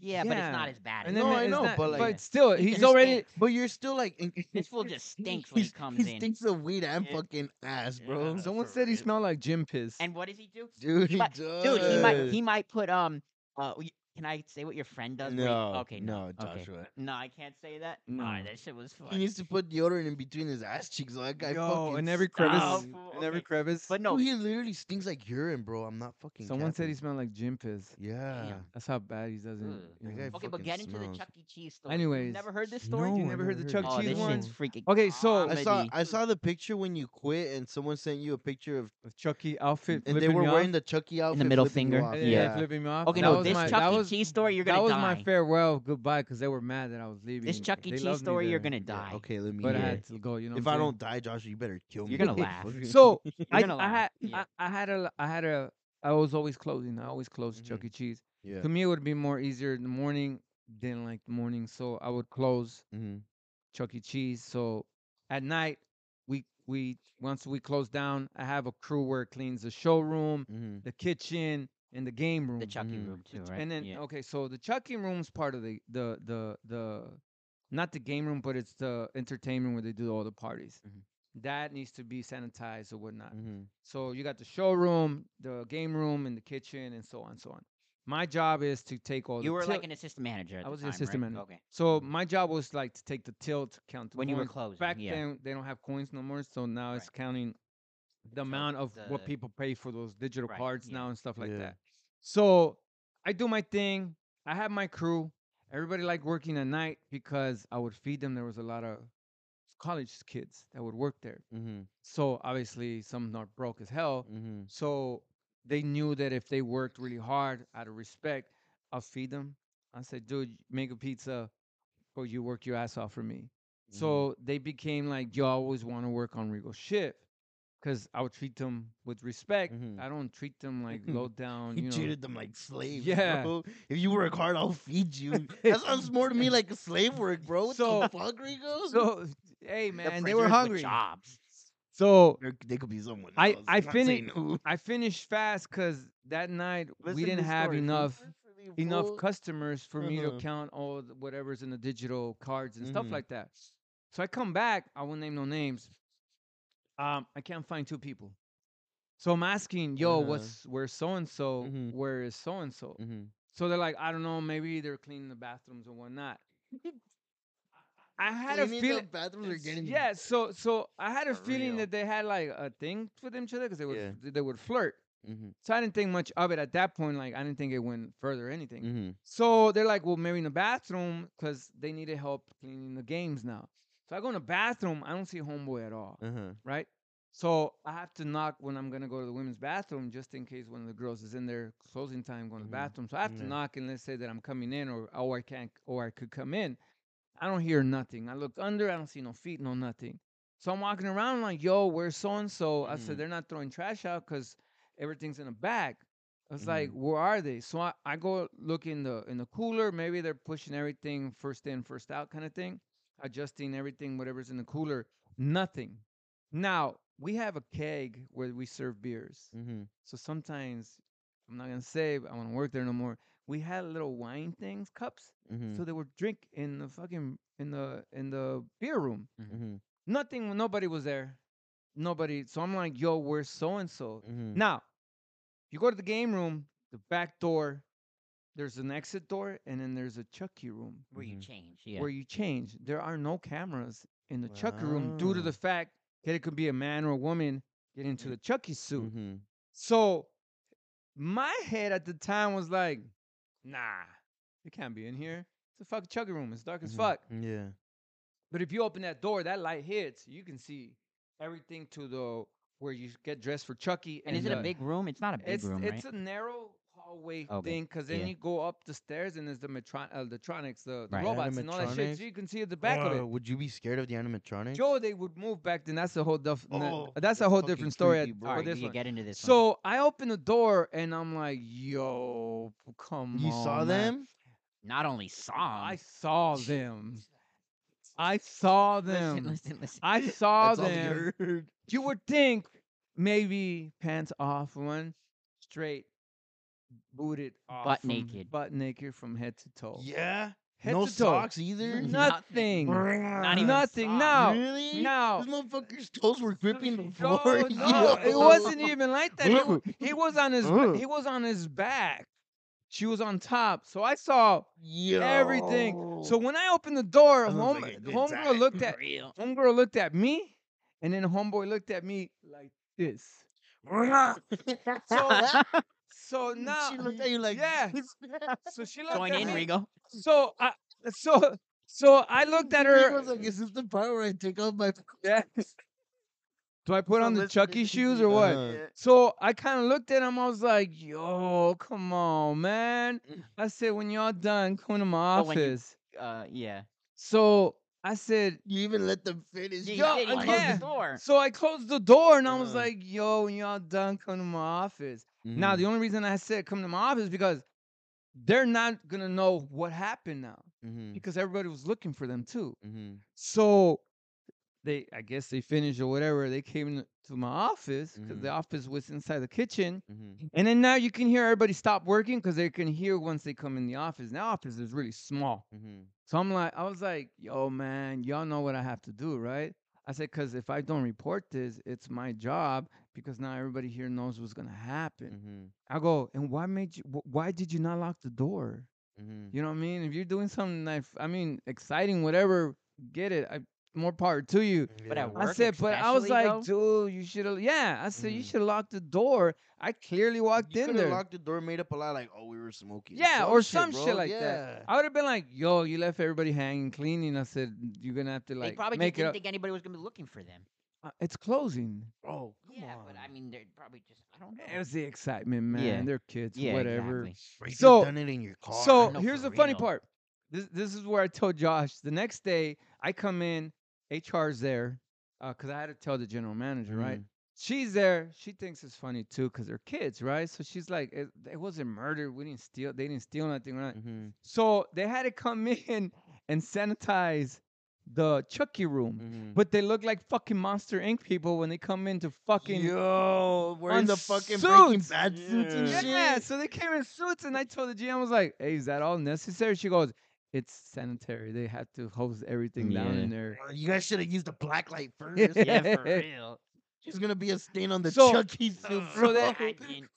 Yeah, but it's Yeah. not as bad. And as then No, that. I it's know, not- but, like- still, He he's just already. but you're still like This fool just stinks when he he's- comes He in. stinks of weed and Yeah. fucking ass, bro. Yeah. Someone for said he real. smelled like gym piss. And what does he do? Dude, He he might- does. Dude, he might he might put um uh y- can I say what your friend does? where he- no, okay, no. Okay. Joshua. No, I can't say that. No, No. that shit was He funny. needs to put deodorant in between his ass cheeks. Like, that guy Yo, fucking in every stinks. crevice, Oh, fool, in every okay. crevice. But Dude, no, he literally stinks like urine, bro. I'm not fucking. Someone said he capping. smelled like gym piss. Yeah. Damn. That's how bad he doesn't. Ugh. you know. That guy okay, but fucking get into the smells. Chuck E. Cheese story. Anyways, you never heard this story? No, you I never never heard? heard the heard Chuck E. Oh, it. Cheese this one shit's freaking. Okay, so- I comedy. saw I saw the picture when you quit, and someone sent you a picture of, with Chucky outfit. and they were wearing the Chucky outfit, middle flipping you finger. off. yeah, Yeah. flipping me off. Okay, That no, was this my- that Chuck E. was- Cheese story, you're that gonna was die. my farewell goodbye because they were mad that I was leaving. This Chuck E. They Cheese loved me story, you're there, gonna Yeah, die. okay, let me. But I hear Yeah. had it. to go. You know, if what I I'm saying? don't die, Joshua, you better kill me. You're gonna laugh. So You're I, gonna I laugh. had Yeah. I, I had a I had a I was always closing. I always closed Mhm. Chuck E. Cheese. yeah. To me, it would be more easier in the morning. Didn't like the morning, so I would close hmm Chuck E. Cheese. So at night, we we once we close down, I have a crew where it cleans the showroom, hmm the kitchen, and the game room. The Chuck E. Mhm. room too, Ch- right? And then yeah. okay, so the chucking room's part of the the the the not the game room, but it's the entertainment where they do all the parties. Mm-hmm. Mhm. That needs to be sanitized or whatnot. hmm So you got the showroom, the game room, and the kitchen, and so on, so on. My job is to take all. you the were tilt- like an assistant manager. At oh, I the was an time, assistant right? manager. Okay. So my job was like to take the tilt, count the When you were coins. closing, Back yeah. then, they don't have coins no more, so now it's Right. counting the So amount of what the- people pay for those digital Right, cards yeah. now and stuff like Yeah. that. So I do my thing. I have my crew. Everybody liked working at night because I would feed them. There was a lot of college kids that would work there. hmm So obviously, some are broke as hell. hmm So they knew that if they worked really hard out of respect, I'll feed them. I said, dude, make a pizza or you work your ass off for me. Mhm. So they became like, yo, I always want to work on Regal shit because I would treat them with respect. Mhm. I don't treat them like Mhm. low down. He You know. treated them like slaves. Yeah. Bro. If you work hard, I'll feed you. that sounds more to me like slave work, bro. What So- the fuck, Rigo? So, hey, The man, they prisoners were with hungry. Jobs. So There- They could be someone. I- else. I I'm not saying fini- who. I finished fast because that night Listen we to didn't the have story, fool. enough Listen to the enough fool. customers for me to Uh-huh. count all the, whatever's in the digital cards and stuff Mhm. like that. So I come back. I won't name no names. Um, I can't find two people. So I'm asking, yo, Uh-huh. what's where's so and so? Mhm. Where is so and so? Mhm. So they're like, I don't know, maybe they're cleaning the bathrooms or whatnot. I had a Cleaning the feeling. bathrooms are getting Yeah, so so I had a For feeling real. that they had like a thing for them each other because they would Yeah. they would flirt. Mhm. So I didn't think much of it at that point. Like I didn't think it went further or anything. Mhm. So they're like, well, maybe in the bathroom because they needed help cleaning the games now. So I go in the bathroom. I don't see homeboy at all, Uh-huh. right? So I have to knock when I'm gonna go to the women's bathroom just in case one of the girls is in there closing time going to Mhm. the bathroom. So I have to Yeah. knock and let's say that I'm coming in or oh I can't or I could come in. I don't hear nothing. I look under. I don't see no feet, no nothing. So I'm walking around like, yo, where's so and so? I Mhm. said they're not throwing trash out because everything's in a bag. I was Mhm. like, where are they? So I, I go look in the in the cooler. Maybe they're pushing everything first in, first out kind of thing, adjusting everything, whatever's in the cooler. Nothing. Now we have a keg where we serve beers. Mhm. So sometimes I'm not gonna say I want to work there no more. We had little wine things, cups. Mhm. So they would drink in the fucking in the in the beer room. Mhm. Nothing. Nobody was there. Nobody. So I'm like, yo, where's so and so? Mhm. Now, you go to the game room, the back door. There's an exit door, and then there's a Chucky room Where you Mhm. change, Mm-hmm. yeah. where you change. There are no cameras in the Chucky room due to Wow. the fact that it could be a man or a woman get Mm-hmm. into the Chucky suit. Mhm. So my head at the time was like, nah, it can't be in here. It's a fucking Chucky room. It's dark as Mhm. Mm-hmm. fuck. Yeah. But if you open that door, that light hits. You can see everything to the where you get dressed for Chucky. and is it a the- big room? It's not a big It's room, it's right? a narrow hallway Okay, thing because then yeah. you go up the stairs and there's the metron- uh, the tronics, the, the Right. robots and all that shit. Animatronics. So you can see at the back of Uh, it. Would you be scared of the animatronics? Joe, they would move back. Then that's a whole duff- na- Oh, that's a that's whole fucking different story creepy, at- bro. All for right, this we one. could get into this. one. So I open the door and I'm like, yo, p- come you on. saw man." them? not only saw 'em- I saw them. I saw them. Listen, listen, listen. I saw That's all them. you heard. You would think maybe pants off, one straight, booted, off Butt from- naked. butt naked from head to toe. Yeah. Head no to toe. socks either. Nothing. Not even Nothing. soft. Now, Really? now. Those motherfuckers' toes were gripping the No, floor. no, it yo. wasn't even like that. He, Ooh. w- he was on his Ooh. he was on his back. She was on top. So I saw everything. So Yo. when I opened the door, Sounds home like a good homegirl time. looked at real. homegirl looked at me, and then homeboy looked at me like this. So, so now she looked at you like, yeah. this. So she looked Join at in, me. Rigo. So I so so I looked at Rick her. was like, "Is this the part where I take off my Yes. Do I put on the Listen to Chucky the shoes TV. or what? Uh-huh. So I kind of looked at him. I was like, "Yo, come on, man." I said, "When y'all done, come to my Mm. Oh, when you- office." Uh, yeah. So I said, You even let them Yeah, finish. it. you Yo, did, you uh, closed yeah. the door. So I closed the door and I was Uh. Uh-huh. like, yo, when y'all done, come to my office. Mm. Now, the only reason I said come to my office because they're not going to know what happened now Mm. Mhm, because everybody was looking for them too. mhm, So they, I guess they finished or whatever. They came to- to my office because Mhm. Mm. the office was inside the kitchen. mhm, And then now you can hear everybody stop working because they can hear once they come in the office. Now, office is really small. mhm. So I'm like, I was like, yo, man, y'all know what I have to do, right? I said, because if I don't report this, it's my job because now everybody here knows what's going to happen. Mhm, I go, and why made you, wh- why did you not lock the door? mhm, You know what I mean? If you're doing something that, I mean, exciting, whatever, get it. I, more power to you. But yeah. at I Work said, but I was especially, like, dude, you should have, yeah. I said, you Mhm. should have locked the door. I clearly walked you in coulda there. locked the door, made up a lie like, "Oh, we were smoking." Yeah, or some bro, shit like yeah. that. I would have been like, "Yo, you left everybody hanging, cleaning." I said, "You're gonna have to they like probably just make it didn't up." think anybody was gonna be looking for them. Uh, it's closing. Oh, come yeah, on. but I mean, they're probably just. I don't know. It was the excitement, man. Yeah. They're kids, yeah, whatever. exactly. Bro, you could've so- done it in your car. So know, here's for the funny real. part. This this is where I told Josh. The next day, I come in. HR's there, because I had to tell the general manager, right? Mm-hmm. She's there. She thinks it's funny too, because they're kids, right? So she's like, it, "It wasn't murder. We didn't Mm. steal. Mm-hmm. They didn't steal nothing, right?" Mhm, So they had to come in and sanitize the Chucky room. Mm-hmm. But they look like fucking Monster Inc. people when they come in to fucking Yo, we're on in the fucking Breaking suits. Bad suits and yeah. shit. So they came in suits, and I told the GM, I was like, "Hey, is that all necessary?" She goes, "It's sanitary. They have to hose everything down Yeah. in there." Uh, You guys should have used the black light first. Yeah, for real. There's gonna be a stain on the So- Chucky suit. so bro. that-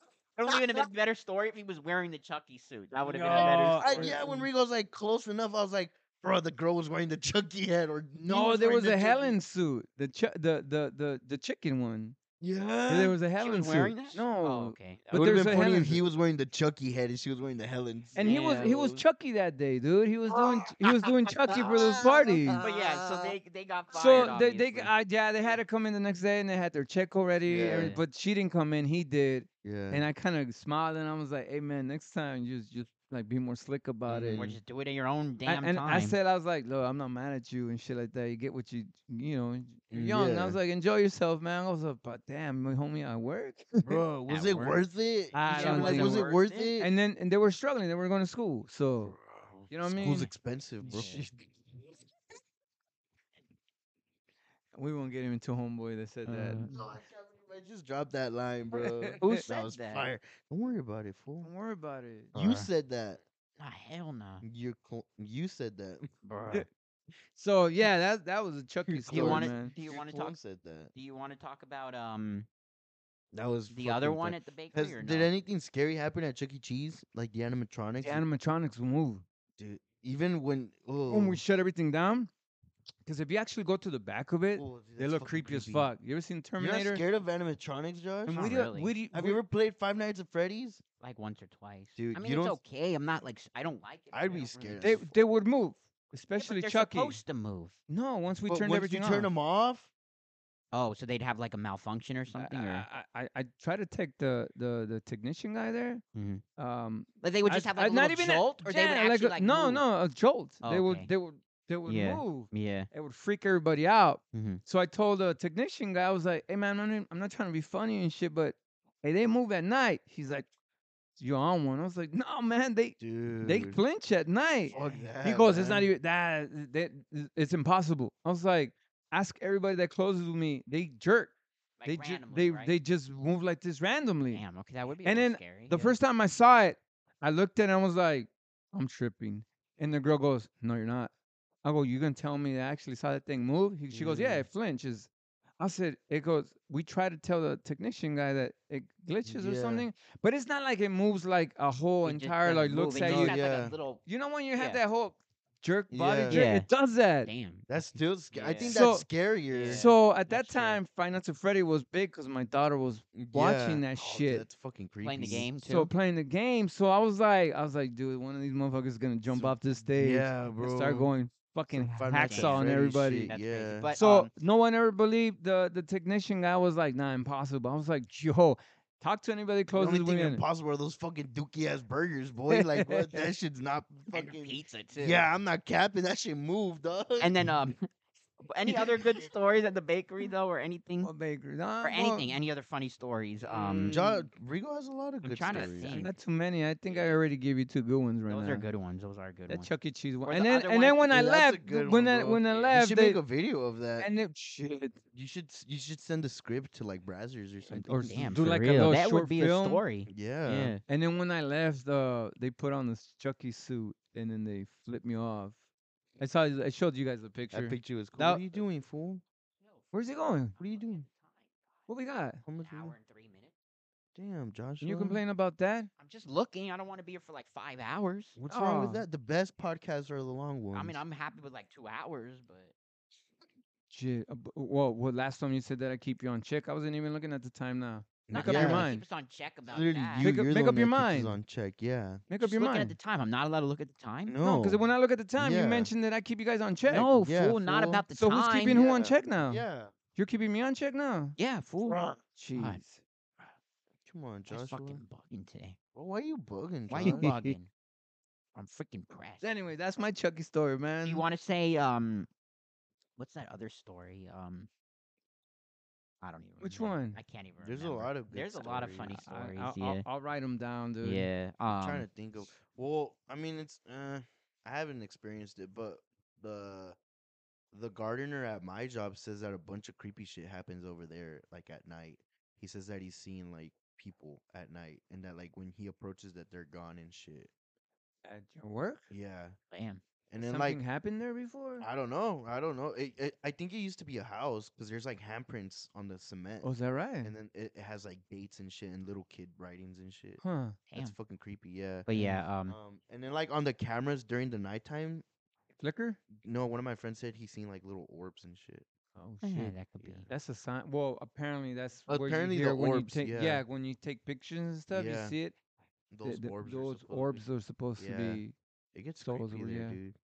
I Uh, didn't. It would even have been a better story if he was wearing the Chucky suit. That would have been No, a better I, story. yeah, mm. when Rigo's like close enough, I was like, bro, the girl was wearing the Chucky head, or he No, there wearing was the E." a Chucky- Helen suit. The ch- the the the the chicken one. Yeah, There was a She Helen was suit. wearing that? No. Oh, okay. It But would have there's been a funny if Helen's- he was wearing the Chucky head and she was wearing the Helen's. And he was he was Yeah. Chucky that day, dude. He was doing he was doing Chucky for those parties. But yeah, so they they got fired. So they they obviously. uh, yeah they had to come in the next day and they had their check already. Yeah. every- But she didn't come in. He did, Yeah. and I kind of smiled and I was like, "Hey man, next time just just like be more slick about it." or just do it in your own I- Mm-hmm. damn and time. I said, I was like, look, I'm not mad at you and shit like that. You get what you, you know, you're Mm, young. yeah. I was like, enjoy yourself, man. I was like, but damn, my homie, I work. bro, was At it work. worth it? I Yeah, don't like, think was it it worth it? and then and they were struggling. They were going to school. So, you know what I School's mean? expensive, bro. Yeah. we won't get him into homeboy that said that. Uh, I just dropped that line, bro. Who said that? Fire. Don't worry about it, fool. Don't worry about it. You Uh. said that. nah, hell no. You're co- you said that. Bruh. So yeah, that that was a Chucky Do you story, want to man. do you Your want to clone talk said that. do you want to talk about um That was the other fucking one funny. at the bakery Has, or Did no? anything scary happen at Chuck E. Cheese? Like the animatronics? The animatronics will move Dude, even when oh, when we shut everything down. Because if you actually go to the back of it, oh, dude, they that's look fucking creepy, as creepy. fuck. You ever seen You're Terminator? not scared of animatronics, Josh? And Not we do- really. we do- Have we- you ever played Five Nights at Freddy's? like once or twice. Dude, I you mean it's don't- okay. I'm not like s- I don't like it. but I'd I be don't scared Really, they Yeah, full. they would move, but especially they're Chucky. supposed to move. No, once we But turned once everything you turn off. them off, Oh, so they'd have like a malfunction or I- something, or I, I, I, I tried to take the, the, the technician guy there. Mhm. Mm-hmm. Um, like they would I- just have I- like a not little even a- jolt, or they would yeah, actually a- like no, move? no, a jolt. Oh, they would okay. they would they would Yeah. move. Yeah. It would freak everybody out. Mm-hmm. Mhm. So I told the technician guy, I was like, "Hey man, I'm not, I'm not trying to be funny and shit, but hey, they move at night." He's like, "You're on one." I was like, "No man, they dude. they flinch at night." Fuck that. He goes, it's not man. even that. That it's impossible. I was like, ask everybody that closes with me. They jerk. Like they ju- randomly, they right? they just move like this randomly. Damn, okay, that would be. a And little then scary. The yeah. first time I saw it, I looked at it and I was like, I'm tripping. And the girl goes, No, you're not. I go, You gonna tell me that I actually saw that thing move? He, she goes, Mm. Yeah, it flinches. I said, It goes, we try to tell the technician guy that it glitches or Yeah. something, but it's not like it moves like a whole It just entire doesn't like move, looks it at just you. has, like, a Yeah. little- You know when you have Yeah. that whole jerk body Yeah. jerk, Yeah. it does that. Damn. That's still scary. I Yeah. think So- that's scarier. So at that That's true. time, Five Nights at Freddy was big because my daughter was Yeah. watching that Oh, dude, shit. That's fucking creepy. Playing the game too. so playing the game. So I was like, I was like, dude, one of these motherfuckers is gonna jump So- off this stage Yeah, and bro. start going fucking Five Nights at hacksaw on Freddy's everybody. shit, That's crazy. yeah. But, So um, no one ever believed the the technician guy was like, nah, impossible. I was like, yo, talk to anybody The close to only the thing women. impossible are those fucking dookie ass burgers, boy. Like what? That shit's not And fucking. pizza too. Yeah, I'm not capping. That shit moved, dog. And then um, any other good stories at the bakery though, or anything, Or bakery. Nah, or Mm. uh, well, anything, any other funny stories? Um, Mm, John Rigo has a lot of I'm good trying to stories. think. Not too many. I think I already gave you two good ones right those now. are good ones. Those are good That ones. Chuck E. Cheese one. Or And the then other and one- then when I Dude, that's a left, good when one, I bro. when I You left, should they, make a video of that. and it, shit. You should s- you should send a script to like Brazzers or something. or Damn, do for like a real. little that short would be film. a story. Yeah. And then when I left, uh, they put on this Chucky suit, and then they flipped me off. I saw. I showed you guys the That picture. picture was cool. That- what are you doing, fool? Where's he going? What are you doing? What we got? How much? An we hour got? and three minutes. Damn, Josh. You complain about that? I'm just looking. I don't want to be here for like five hours. What's wrong with Oh. that? The best podcasts are the long ones. I mean, I'm happy with like two hours, but Shit. uh, b- Well, well, last time you said that I keep you on check. I wasn't even looking at the time now. not Make up your that, mind. Keep us on check about Literally, that. you, Make up- you're the make one up your that keeps us mind. On check, yeah. Make up Just your looking mind. at the time. I'm not allowed to look at the time. No, because when I look at the time, Yeah. you mentioned that I keep you guys on check. No, Yeah, fool, not fool. about the So time. who's keeping who on yeah. check now? Yeah. You're keeping me on check now. Yeah, fool. Jeez. Come on, I was Joshua. fucking bugging today. Bro, why are you bugging? Why you Josh? bugging? I'm freaking pressed. So anyway, that's my Chucky story, man. Do you want to say um, what's that other story? Um, I don't even. Which remember. one? I can't even. There's a remember. lot of good There's a lot of funny I- stories. I- stories. I'll, yeah. I'll, I'll write them down, dude. yeah. I'm trying Um, to think of. Well, I mean, it's. Uh, I haven't experienced it, but the the gardener at my job says that a bunch of creepy shit happens over there, like at night. He says that he's seen like people at night, and that like when he approaches, that they're gone and shit. At your work? Yeah, Damn. and then Something like happened there before? I don't know, I don't know. It, it, I think it used to be a house because there's like handprints on the cement, oh, is that right? and then it, it has like dates and shit and little kid writings and shit. huh. Damn. That's fucking creepy. Yeah. But yeah, um, Um, and then like on the cameras during the nighttime, Flicker? no, one of my friends said he seen like little orbs and shit. Oh eh, shit. that could be. yeah. That's a sign. Well, apparently that's where Apparently you the hear when orbs, you take yeah. when you take pictures and stuff, Yeah. you see it. the- Those the- those orbs. are supposed to be- orbs are supposed to Yeah. be. It gets Those creepy were- there, yeah. dude.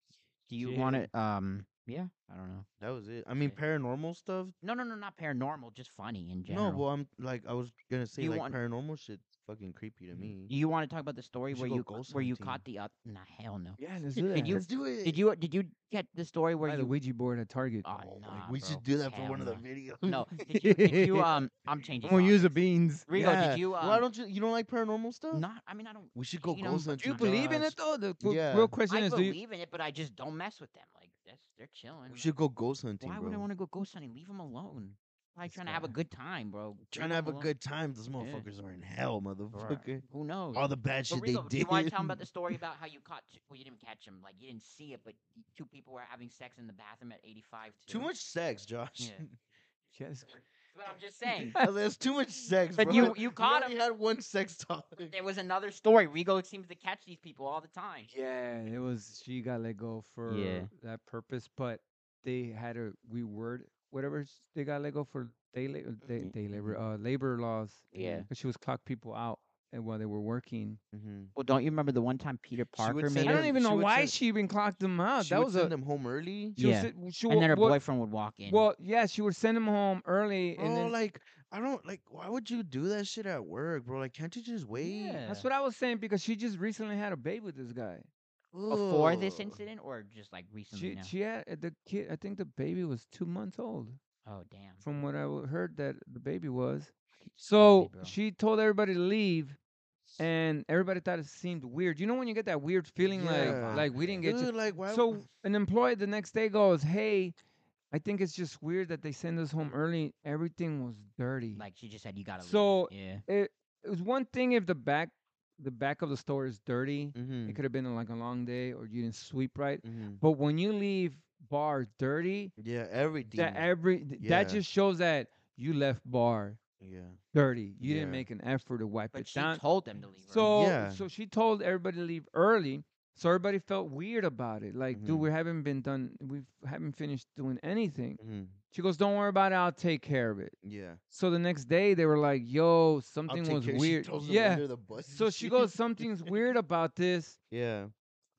Do you want Yeah. to? Um, yeah, I don't know. That was it. I mean, Yeah. paranormal stuff. No, no, no, not paranormal. Just funny in general. No, well, I'm like, I was gonna say You like want- paranormal shit, fucking creepy to me. Do you want to talk about the story should where go you ghost where you hunting. caught the? Uh, nah, hell no. Yeah, let's do that. Did you- Let's do it. Did you did you get the story where buy the you? Ouija board at Target? Oh, Oh, nah, we bro. should do that for Hell one of the no. videos. No, did you, did you uh, um? I'm I'm changing. gonna use the topics. beans. Rigo, yeah. did you um? Why don't you? You don't like paranormal stuff? not. I mean, I don't. We should go you know, ghost but Do hunting. you believe in Josh. it though? The qu- Yeah. real question I is, do you, believe in it, but I just don't mess with them. Like that's they're chilling. We like, should go ghost hunting. Why bro. would I want to go ghost hunting? Leave them alone. Probably This trying to have a guy. good time, bro. Trying Leave to 'em have a alone. good time. Those motherfuckers are in hell, motherfucker. Who knows? All the But bad shit they Rigo, did. do you want to tell them about the story about how you caught? Two, well, you didn't catch them. Like you didn't see it, but y- two people were having sex in the bathroom at 85. Too, Too much sex, Josh. Yeah. yes, But I'm just saying. I was like, That's too much sex, but bro. you you caught already him. had one sex talk. There was another story. Rigo seems to catch these people all the time. yeah, it was. She got let go for Yeah. that purpose, but they had to reword whatever s- they got let go for day labor, day, Mhm, day labor, uh, labor laws. Yeah. 'cause she was clock people out and while they were working. Mm-hmm. Well, don't you remember the one time Peter Parker send made I Yeah, don't it, even she know would why send- she even clocked them out. She that would was send a. them home early. She was Yeah. sen- she and wa- then her wa- boyfriend would walk in. Well, yeah, she would send him home early, Bro, and then Oh, like I don't like. Why would you do that shit at work, bro? Like, can't you just wait? Yeah. that's what I was saying because she just recently had a baby with this guy. before this Ugh. incident, or just like recently She now. she had uh, the kid. I think the baby was two months old, oh damn. from what I w- heard that the baby was. Crazy, So bro. she told everybody to leave, and everybody thought it seemed weird. You know when you get that weird feeling Yeah. like like we didn't get you. Dude, like why? So an employee the next day goes, "Hey, I think it's just weird that they send us home early. Everything was dirty. like she just said, you gotta. leave." So- yeah. it, it was one thing if the back the back of the store is dirty. hmm It could have been uh, like a long day or you didn't sweep right. hmm But when you leave bar dirty, Yeah, everything. that every th- that Yeah. just shows that you left bar yeah. dirty. You Yeah. didn't make an effort to wipe But it she down. told them to leave. early. So Yeah. so she told everybody to leave early. So everybody felt weird about it. Like, dude, Mhm. we haven't been done. We haven't finished doing anything. hmm She goes, "Don't worry about it. I'll take care of it." Yeah. So the next day they were like, "Yo, I'll something take was care- she weird." throws them Yeah. under the bus and So she shit. goes, "Something's weird about this." Yeah.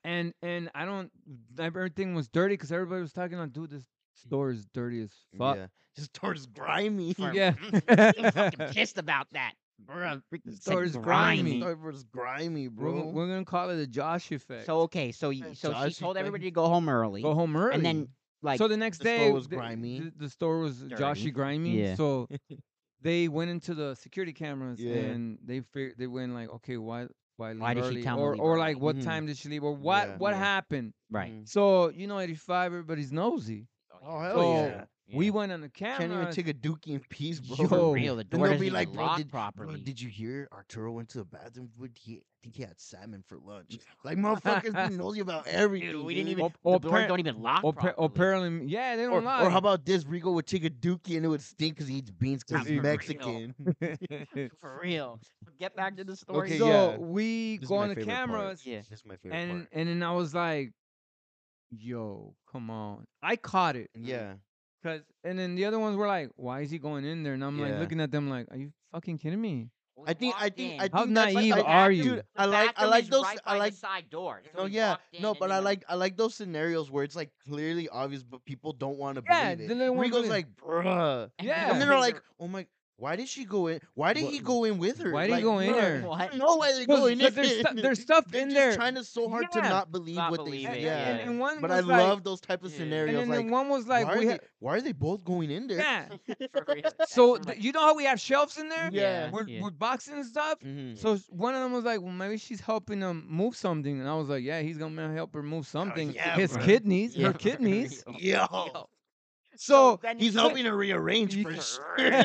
and and I don't everything was dirty because everybody was talking on dude this store is dirty as fuck. Yeah. Just towards grimy. For- Yeah. I'm fucking pissed about that. Bruh, freaking said store's grimy. Towards grimy, We're, bro. gonna- we're gonna call it the Josh effect. So okay, so y- Yeah, so Josh, she told you everybody fucking- to go home early. go home early, and then, like so the next the day store was the- grimy. The, the store was Dirty. Joshy grimy. Yeah. So they went into the security cameras Yeah. and they fig- they went like, okay, why why leave Why did she early? tell 'em to or leave or early? like what Mhm. time did she leave or what Yeah. what Yeah. happened? right. Mhm. So you know, eighty five, everybody's nosy. Oh hell So, yeah. We went on the camera. Can't even take a dookie in peace, bro. Yo. For real, the Then door they'll doesn't be even like, bro, lock did, bro, properly. did you hear Arturo went to the bathroom? Dude, he, I think he had salmon for lunch. Like, motherfuckers be nosy about everything. Dude, we didn't even. Or- or the door parent- don't even lock or, pa- properly. or apparently, yeah, they Or, don't or lie. how about this? Rigo would take a dookie and it would stink because he eats beans because Not he's for real. Mexican. For real. Get back to the story. Okay, so yeah. we This is go my on the favorite part. cameras, Yeah. That's my favorite and and then I was like, "Yo, come on!" I caught it, Yeah. Cause and then the other ones were like, "Why is he going in there?" And I'm like Yeah. looking at them like, "Are you fucking kidding me?" We I think- I walked think- in. I How think that's- naive I- are Dude, you? I The like I bathroom like is those right by I the like side door. So no we yeah walked in no and but they I went- like I like those scenarios where it's like clearly obvious but people don't want to Yeah, believe it. then they won't Rigo's believe- like bruh and Yeah. and then then they're we like were- oh my why did she go in why did Wha- he go in with her why did he Like, go in bruh, there? What? I don't know why they're Well, going but in there's, stu- there. there's stuff They're in just there. trying to so hard Yeah. to not believe Not what believe it, they said. and, yeah. and, and one But I was like, love those type of Yeah. And and scenarios then like the one was like, why, are we they, ha- why are they both going in there? yeah. For real. So That's th- right. you know how we have shelves in there? Yeah. With, Yeah. with boxes and stuff. Mhm. So s- one of them was like, well, maybe she's helping him move something, and I was like, yeah, he's gonna help her move something. Oh, yeah, His bruh. kidneys, Yeah, her for kidneys. real. Yo. Yo. So then He's you- hoping to rearrange You- for sure.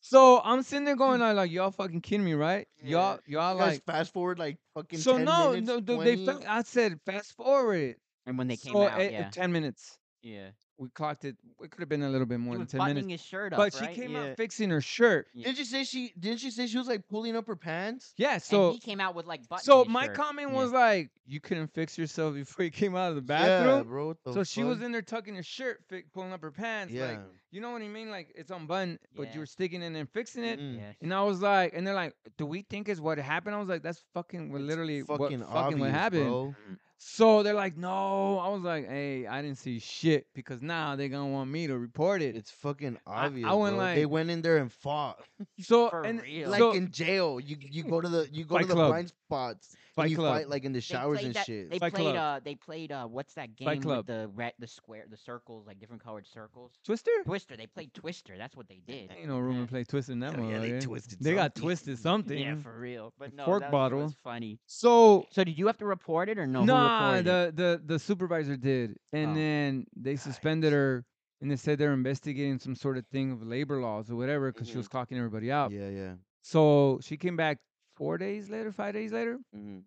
so I'm sitting there going like, like y'all fucking kidding me, right? Yeah. Y'all y'all You guys like fast forward like fucking. so 10 no, minutes, no, no, they 20? fa- I said fast forward it. And when they came so out, it- yeah, ten minutes. yeah. We clocked it. It could have been a little bit more He than was ten minutes. buttoning his shirt up, But she right? came yeah. out fixing her shirt. Yeah. Didn't she say she? Didn't she say she was like pulling up her pants? Yeah. And So he came out with like buttons. so my comment Yeah. was like, you couldn't fix yourself before you came out of the Yeah, bathroom. bro. what the so she was fuck? in there tucking her shirt, fi- pulling up her pants. Yeah. Like, you know what I mean? Like it's unbuttoned, but Yeah. you were sticking it and fixing it. Mm. Yeah. And I was like, and they're like, do we think is what happened? I was like, that's fucking what It's literally fucking what fucking what obvious, happened. bro. So they're like, no. I was like, hey, I didn't see shit because now they're gonna want me to report it. It's fucking I- I obvious. went bro. they like- went in there and fought. so For and real. Like so, in jail, you you go to the you go Fight to the Club. blind spots Fight and you Club. fight like in the They showers played and that- shit. They Fight played. Club. Uh, they played. Uh, what's that game Club. with the red, the square, the circles, like different colored circles? Twister. Twister. They played Twister. That's what they did. Ain't no room to play Twister in that Hell one. Oh, yeah, they twisted. They got something. twisted something. Yeah, for real. But no, Fork that bottle. was funny. so So did you have to report it or no? Who nah, reported it? the, the the supervisor did, and Oh. then they suspended her, and they said they're investigating some sort of thing of labor laws or whatever because Mhm. she was clocking everybody out. Yeah, yeah. So she came back four days later, five days later, Mhm.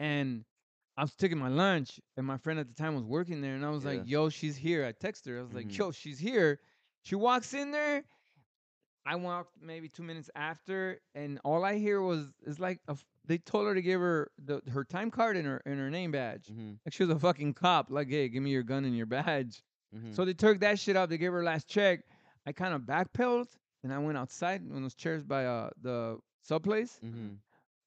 and I was taking my lunch, and my friend at the time was working there, and I was like, "Yo, she's here." I text her. I was Mhm. like, "Yo, she's here." She walks in there. I walked maybe two minutes after, and all I hear was it's like a f they told her to give her the, her time card and her and her name badge. Mhm. Like she was a fucking cop. Like, hey, give me your gun and your badge. Mhm. So they took that shit up. They gave her her last check. I kind of backpedaled and I went outside in those chairs by uh the sub place. Mhm.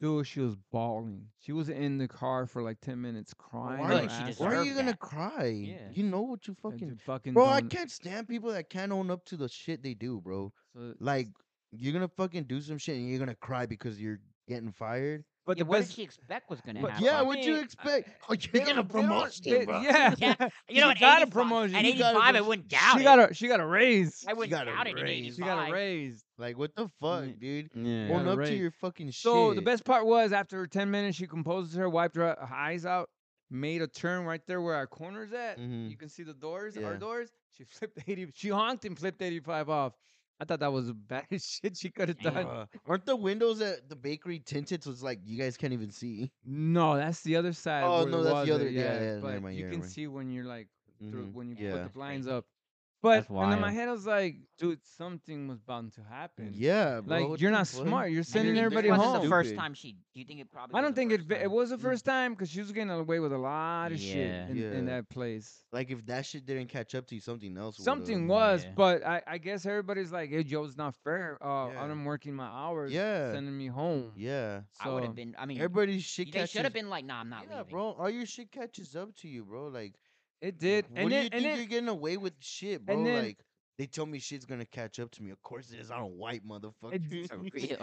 Dude, she was bawling. She was in the car for like ten minutes crying. why her she ass Why are deserved off. you gonna that. cry? Yeah. You know what you I fucking. just fucking Bro, I don't- can't stand people that can't own up to the shit they do, bro. so- Like you're gonna fucking do some shit and you're gonna cry because you're getting fired. but yeah, the what best. did she expect was gonna But- happen? Yeah, what'd you fucking- expect? Oh, uh, they you're getting a don't- they don't- promotion, they- bro. Yeah, Yeah, she you know, at got a 85 promotion. At You got a 85, I promotion. wouldn't doubt she it. got a she got a raise. I wouldn't got a doubt it at raise. She got a 85. raise. Like what the fuck, Mm. dude? Yeah. Got Own a up to raise. your fucking shit. So the best part was after her ten minutes, she composed her, wiped her eyes out, made a turn right there where our corner's at. Mm-hmm. Mhm. You can see the doors, Yeah. our doors. She flipped eighty. She honked and flipped eighty-five off. I thought that was the baddest shit she could have Damn. done. Uh, aren't the windows at the bakery tinted? So it's like you guys can't even see. No, that's the other side. Oh, where the no, that's the walls are, other- yeah, yeah, never but mind, you yeah, can right. see when you're like through Mhm. when you Yeah. put the blinds Crazy. up. But That's and in my wild. head, I was like, dude, something was bound to happen. Yeah, bro. Like what you're the not fuck? smart. You're sending Dude, everybody It this home. wasn't the first Stupid. time she. Do you think it probably? I was don't the think it first va- it time? was the Mm. first time because she was getting away with a lot of Yeah. shit in, in Yeah. that place. Like if that shit didn't catch up to you, something else. would've. Something was, Yeah. but I, I guess everybody's like, "Hey, Joe, it's not fair. Uh, Yeah. I'm working my hours. Yeah. sending me home. Yeah. I would So- have been. I mean, Everybody's shit. they should catches- have been like, "Nah, I'm not Yeah, leaving." bro. All your shit catches up to you, bro. Like It did, What and do then you and think then- you're getting away with shit, bro? and then- like they tell me shit's gonna catch up to me. Of course it is. I don't white motherfucker. It's For real.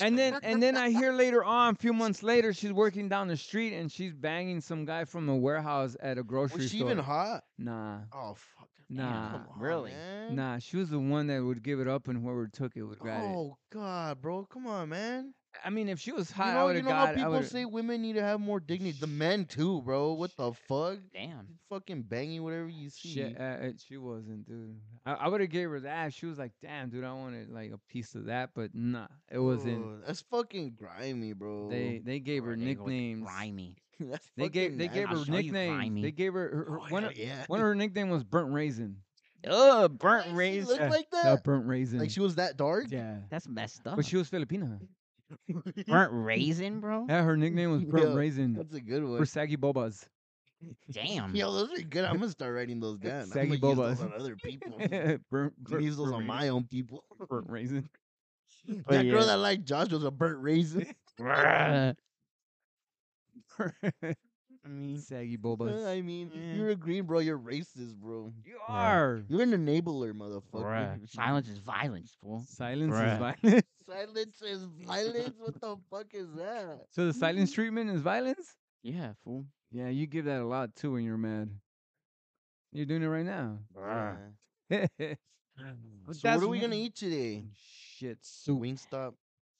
and then and then I hear later on, a few months later, she's working down the street and she's banging some guy from a warehouse at a grocery Was she store. even hot? nah, Oh fuck. Nah, Come on, really? man. nah, she was the one that would give it up, and whoever took it would grab it. Oh god, bro. Come on, man. I mean, if she was You hot, I know, would you have know how got. it. I people would've- say women need to have more dignity. The men too, bro. What the fuck? Damn. Fucking banging whatever you see. Shit, uh, uh, she wasn't, dude. I, I would have gave her that. She was like, "Damn, dude, I wanted like a piece of that," but nah, it wasn't. Ugh, That's fucking grimy, bro. They they gave her Bro, they go with the nicknames. Grimy. That's They gave fucking they gave I'll her show you nicknames. They grimy. gave her, her, her Oh, one, hell of, yeah. one of her nickname was burnt raisin. Ugh, burnt She raised. looked Yeah. like Yeah, that. burnt raisin. Like she was that dark. yeah, That's messed up. but Oh. she was Filipina. burnt raisin, bro. Yeah, her nickname was burnt Yeah. raisin That's a good one. for saggy bobas. Damn. Yo, those are good. I'm gonna start writing those down. Mm. Saggy I'm gonna bobas. use those on other people. burnt, I'm gonna burnt- use those on burnt my own people. raisin. burnt raisin. that girl yeah. that liked Josh was a burnt raisin. Bruh. I mean, saggy bobas. I mean, Yeah. you're a green, bro. You're racist, bro. You are. You're an enabler, motherfucker. Bruh. Silence is violence, fool. Silence is Bruh. violence. Silence is violence. What the fuck is that? So the silence treatment is violence? Yeah, fool. Yeah, you give that a lot too when you're mad. You're doing it right now. Yeah. But So what that's are we one- gonna eat today? Shit, soup. Wingstop.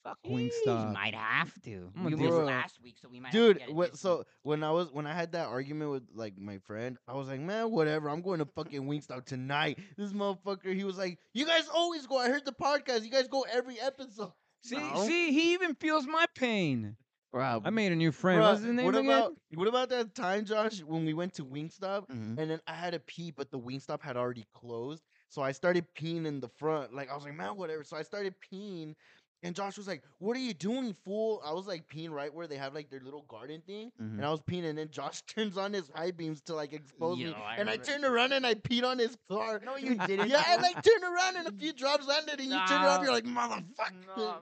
Fuck Wingstop. We might have to. I'm we gonna missed do it. last week, so we might. dude. Have to get it What, this so when I was when I had that argument with like my friend, I was like, man, whatever. I'm going to fucking Wingstop tonight. This motherfucker, he was like, you guys always go. I heard the podcast. You guys go every episode. See, No. see, he even feels my pain. Wow. I made a new friend. What's his name what again? about what about that time, Josh, when we went to Wingstop week. Mhm. Mm-hmm. and then I had to pee, but the Wingstop had already closed. So I started peeing in the front. Like I was like, man, whatever. So I started peeing, and Josh was like, "What are you doing, fool?" I was like peeing right where they have like their little garden thing, and Mhm. I was peeing, and then Josh turns on his high beams to like expose me, Yo, oh, I and I remember- turned around and I peed on his car. No, you didn't. Yeah, and I turned around and a few drops landed, and you turned around. Nah. You're like, motherfucker. No,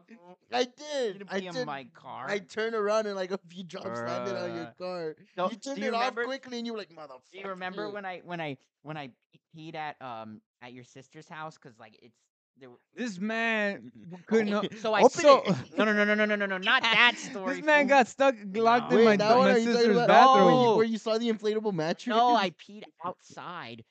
I you did. didn't I pee in did. my car. I turned around and like a few drops landed on your Bruh. car. No, you do turned you it off remember- quickly and you were like, motherfucker. Do you remember when I when I when I peed at um at your sister's house because like it's there. w- This man couldn't. Oh. Okay, o- So I open so it. no no no no no no no no not that story. This man fool. got stuck locked No. in my, Wait, that my one are you talking sister's about? Oh, bathroom. Where you, No. where you saw the inflatable mattress? no. I peed outside,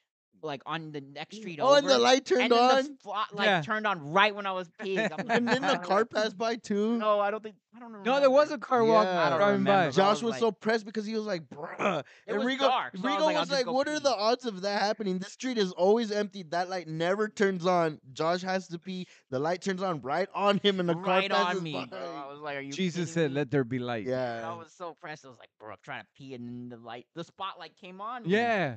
like on the next street Oh, over. and the light turned and then on, The fla- like Yeah. turned on right when I was peeing. I'm like, and then the "Fuck." car passed by too. No, I don't think I don't remember. Mm. No, there was a car walk Yeah. I don't driving by. remember, but I Josh was was like- so pressed because he was like, "Bruh." It and was Rigo, dark, so I was Rigo like, "I'll was just like, go "What are pee." the odds of that happening? This street is always empty. That light never turns on. Josh has to pee. The light turns on right on him, and the right car passes on me. by. Bro. I was like, "Are you?" Jesus kidding said, me? "Let there be light." And I yeah, was so pressed. I was like, "Bro, I'm trying to pee," and then the light, the spotlight came on. me, Yeah.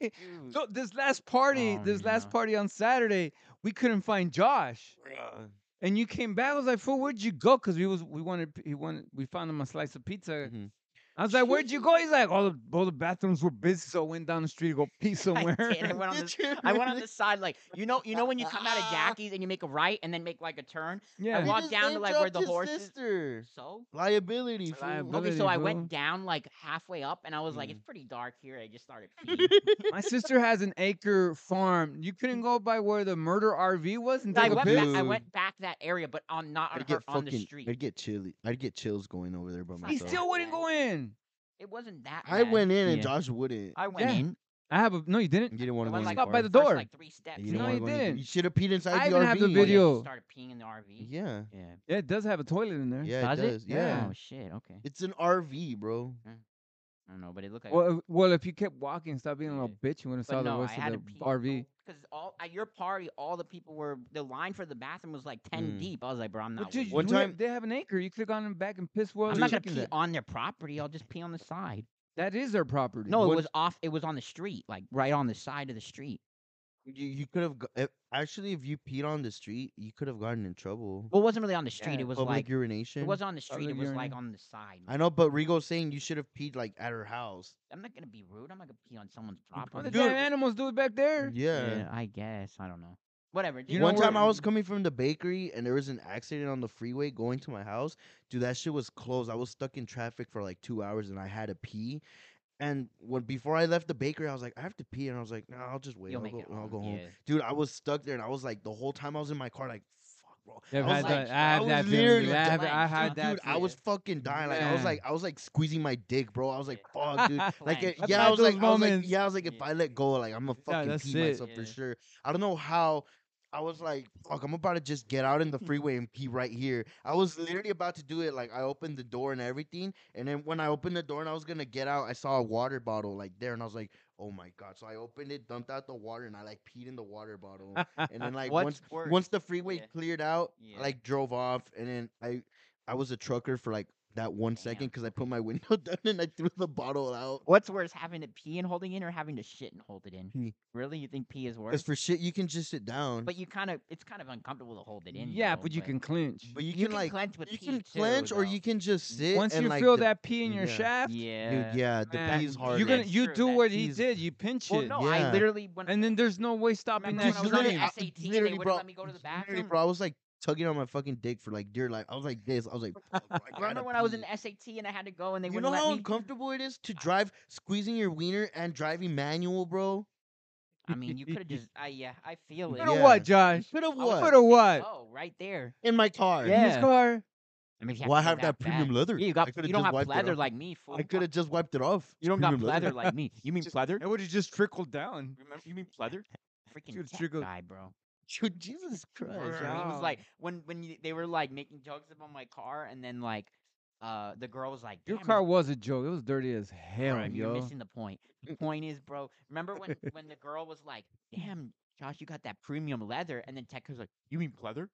dude. So this last party, Oh, this last no. party on Saturday, we couldn't find Josh, Bruh. and you came back. I was like, "Fool, where'd you go?" Because we was we wanted he wanted we found him a slice of pizza. Mhm. I was like, "Where'd you go?" He's like, "All the all the bathrooms were busy, so I went down the street to go pee somewhere." I, did. I went on Did this. you I went on really? this side, like you know, you know when you come out of Jackie's and you make a right and then make like a turn. yeah, walked just down to, like, where name-dropped the his horses- Sister. So Liability. fool. Liability. okay, so I fool. went down like halfway up, and I was like, Mm. "It's pretty dark here." I just started. peeing. my sister has an acre farm. You couldn't go by where the murder RV was and So I take a went pic. back. I Dude. went back that area, but on not on, I'd her, get on the fucking- street. I'd get chilly. I'd get chills going over there by He myself. still wouldn't go in. It wasn't that. I bad. went in and Yeah. Josh wouldn't. I went Yeah. in. I have a no. You You didn't. didn't want I to went, go like, in the car. first, by the door. Like three steps. You No, don't wanna you go in the- didn't. You should have peed inside I the even RV. have the Oh, yeah, video. you started peeing in the RV. Yeah, Yeah. Yeah, it does have a toilet in there. yeah, it Does it? does. Yeah, Oh shit. Okay. it's an RV, bro. I don't know, but it looked like. Well, uh, well, if you kept walking, stop being a Yeah. little bitch, you wouldn't saw But the no, I rest had of to the pee RV. because all at your party, all the people were the line for the bathroom was like ten Mm. deep. I was like, bro, I'm Well, not. dude, waiting. One you have- time- they have an acre. You could have gone in back and pissed where I'm the not gonna chickens pee at. on their property. I'll just pee on the side. That is their property. No, it One- was off. It was on the street, like right on the side of the street. You you could have eh, actually if you peed on the street, you could have gotten in trouble. Well, it wasn't really on the street. Yeah, it was Public like urination. it was on the street. Public It was like urinal. on the side. I know, but Rigo's saying you should have peed like at her house. I'm not gonna be rude. I'm not gonna pee on someone's Oh, the property. damn animals do it back there. Yeah. Yeah, I guess. I don't know. Whatever. You dude. know One where- time I was coming from the bakery and there was an accident on the freeway going to my house. Dude, that shit was closed. I was stuck in traffic for like two hours and I had to pee. And when before I left the bakery, I was like, I have to pee, and I was like, No, I'll just wait. You'll I'll make go, it I'll home, go home. yeah. Dude, I was stuck there, and I was like, the whole time I was in my car, like, fuck, bro. Yeah, I I've was had like, that. I have was that feeling. literally dude. I have. dying, I dude. had that. dude, I was fucking dying. Like I was Man. like, I was like squeezing my dick, bro. I was like, Yeah. fuck, dude. Like Flank. it, I've yeah, I had was like, those I was like, moments. yeah, I was like, if I let go, like I'm gonna fucking that's pee it. myself for Yeah. sure. I don't know how. I was like, fuck, I'm about to just get out in the freeway and pee right here. I was literally about to do it. Like I opened the door and everything, and then when I opened the door and I was gonna get out, I saw a water bottle like there, and I was like, oh my god. So I opened it, dumped out the water, and I like peed in the water bottle. And then like What's once worse? once the freeway Yeah. cleared out, Yeah. I, like drove off, and then I I was a trucker for like that one second 'cause Damn. because I put my window down and I threw the bottle out. What's worse, having to pee and holding in, or having to shit and hold it in? Pee. Really, you think pee is worse? As for shit, you can just sit down. but you kind of, it's kind of uncomfortable to hold it in. Yeah, though, but you can clinch. But you, you can, like clench with you pee can too, clench or though. you can just sit. Once and, you like, feel the- that pee in your yeah. shaft, Yeah. dude, yeah, the man, pee's hard. you're gonna That's you true, do that what he pee's- did. You pinch Well, it, no, Yeah. I literally when and then there's no way stopping remember that when I was on literally- the stream. I- SAT, they literally, wouldn't bro, let me go to the literally, bathroom. bro, I was like tugging on my fucking dick for like dear life. I was like this. I was like, "Fuck, bro, I Remember gotta when I was in pee." SAT and I had to go and they You know wouldn't how let me. uncomfortable it is to drive, squeezing your wiener and driving manual, bro. I mean, you could have just. I yeah, I feel it. Coulda Yeah. what, Josh? Could have was- Coulda what what? Oh, right there. in my car. In his Yeah. car. I mean, if you Well, I to go have that premium bad- leather. Yeah, you I got. coulda You don't just have wiped it pleather off. like me. Fool. I could have just wiped it off. You don't got Premium leather. pleather like me. You mean pleather? It would have just trickled down. Remember, you mean pleather? Freaking Dude, tech Trigo- guy, bro. Dude, Jesus Christ! yo, He Wow. was like when when you, they were like making jokes about my car, and then like uh the girl was like, Your "Damn, car was a joke. It was dirty as hell, Prime, you're yo. missing the point. The point is, bro. Remember when when the girl was like, "Damn, Josh, you got that premium leather," and then Tech was like, You mean pleather?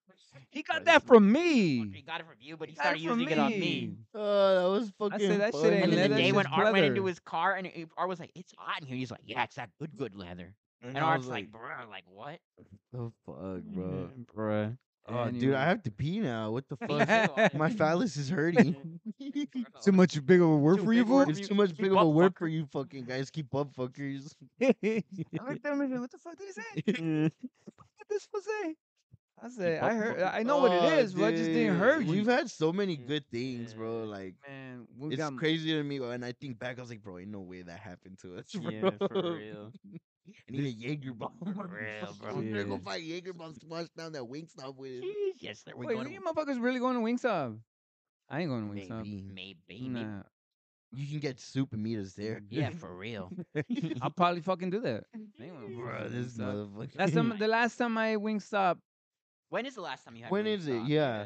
He got that from me. "He got it from you, but he Got started it from using it on me." Oh, that was I fucking. said that shit funny. ain't And then the leather, day it's when just Art went into pleather. his car, and it- Art was like, "It's hot in here," he's like, "Yeah, it's that good, good leather." And, I Art's was like, "Bruh, like what?" the fuck, bro? Bruh. Oh, dude, I Anyway. have to pee now. What the Me fuck? too, Art. My phallus is hurting. Bro. Too much big of a word Too for big you, word fool. for It's you- too much keep big of up, a word fucker. for you, fucking guys. Keep up, fuckers. I looked at him and said, what the fuck did he say? What did this fool say? I say, up, I heard, fucker. I know what Oh, it is, but I just didn't dude, heard you. We've had so many good things, bro. Yeah. Like Man, we it's got crazy to me. And I think back, I was like, bro, ain't no way that happened to us, bro. I need a Jaeger bomb. For real, bro. I'm gonna go Yeah. find Jaeger bombs to wash down that wing stop with. Jeez, yes, there we Wait, go. are to- you motherfuckers really going to Wingstop? I ain't going to Maybe, Wingstop. maybe, maybe. Nah. You can get soup and meat us there. Yeah, for real. I'll probably fucking do that. I ain't going to Bro, fucking this Wingstop. motherfucker. Last time, the last time I ate Wingstop, When is the last time you had? When is it? Wingstop? Yeah.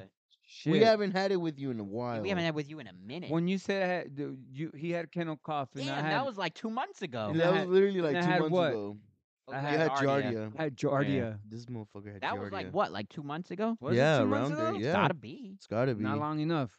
shit. we haven't had it with you in a Yeah, while. uh, We haven't had with you in a minute. When you said I had, dude, you he had kennel cough, and I Damn, had, that was like two months ago. And that I was had- literally like I two had months what? ago. Oh, I you I had had Giardia. I had Giardia. This motherfucker had That Giardia. was like what, like two months ago? Was it yeah, two months around there. ago? It's Yeah, gotta be. it's gotta be. Not long enough.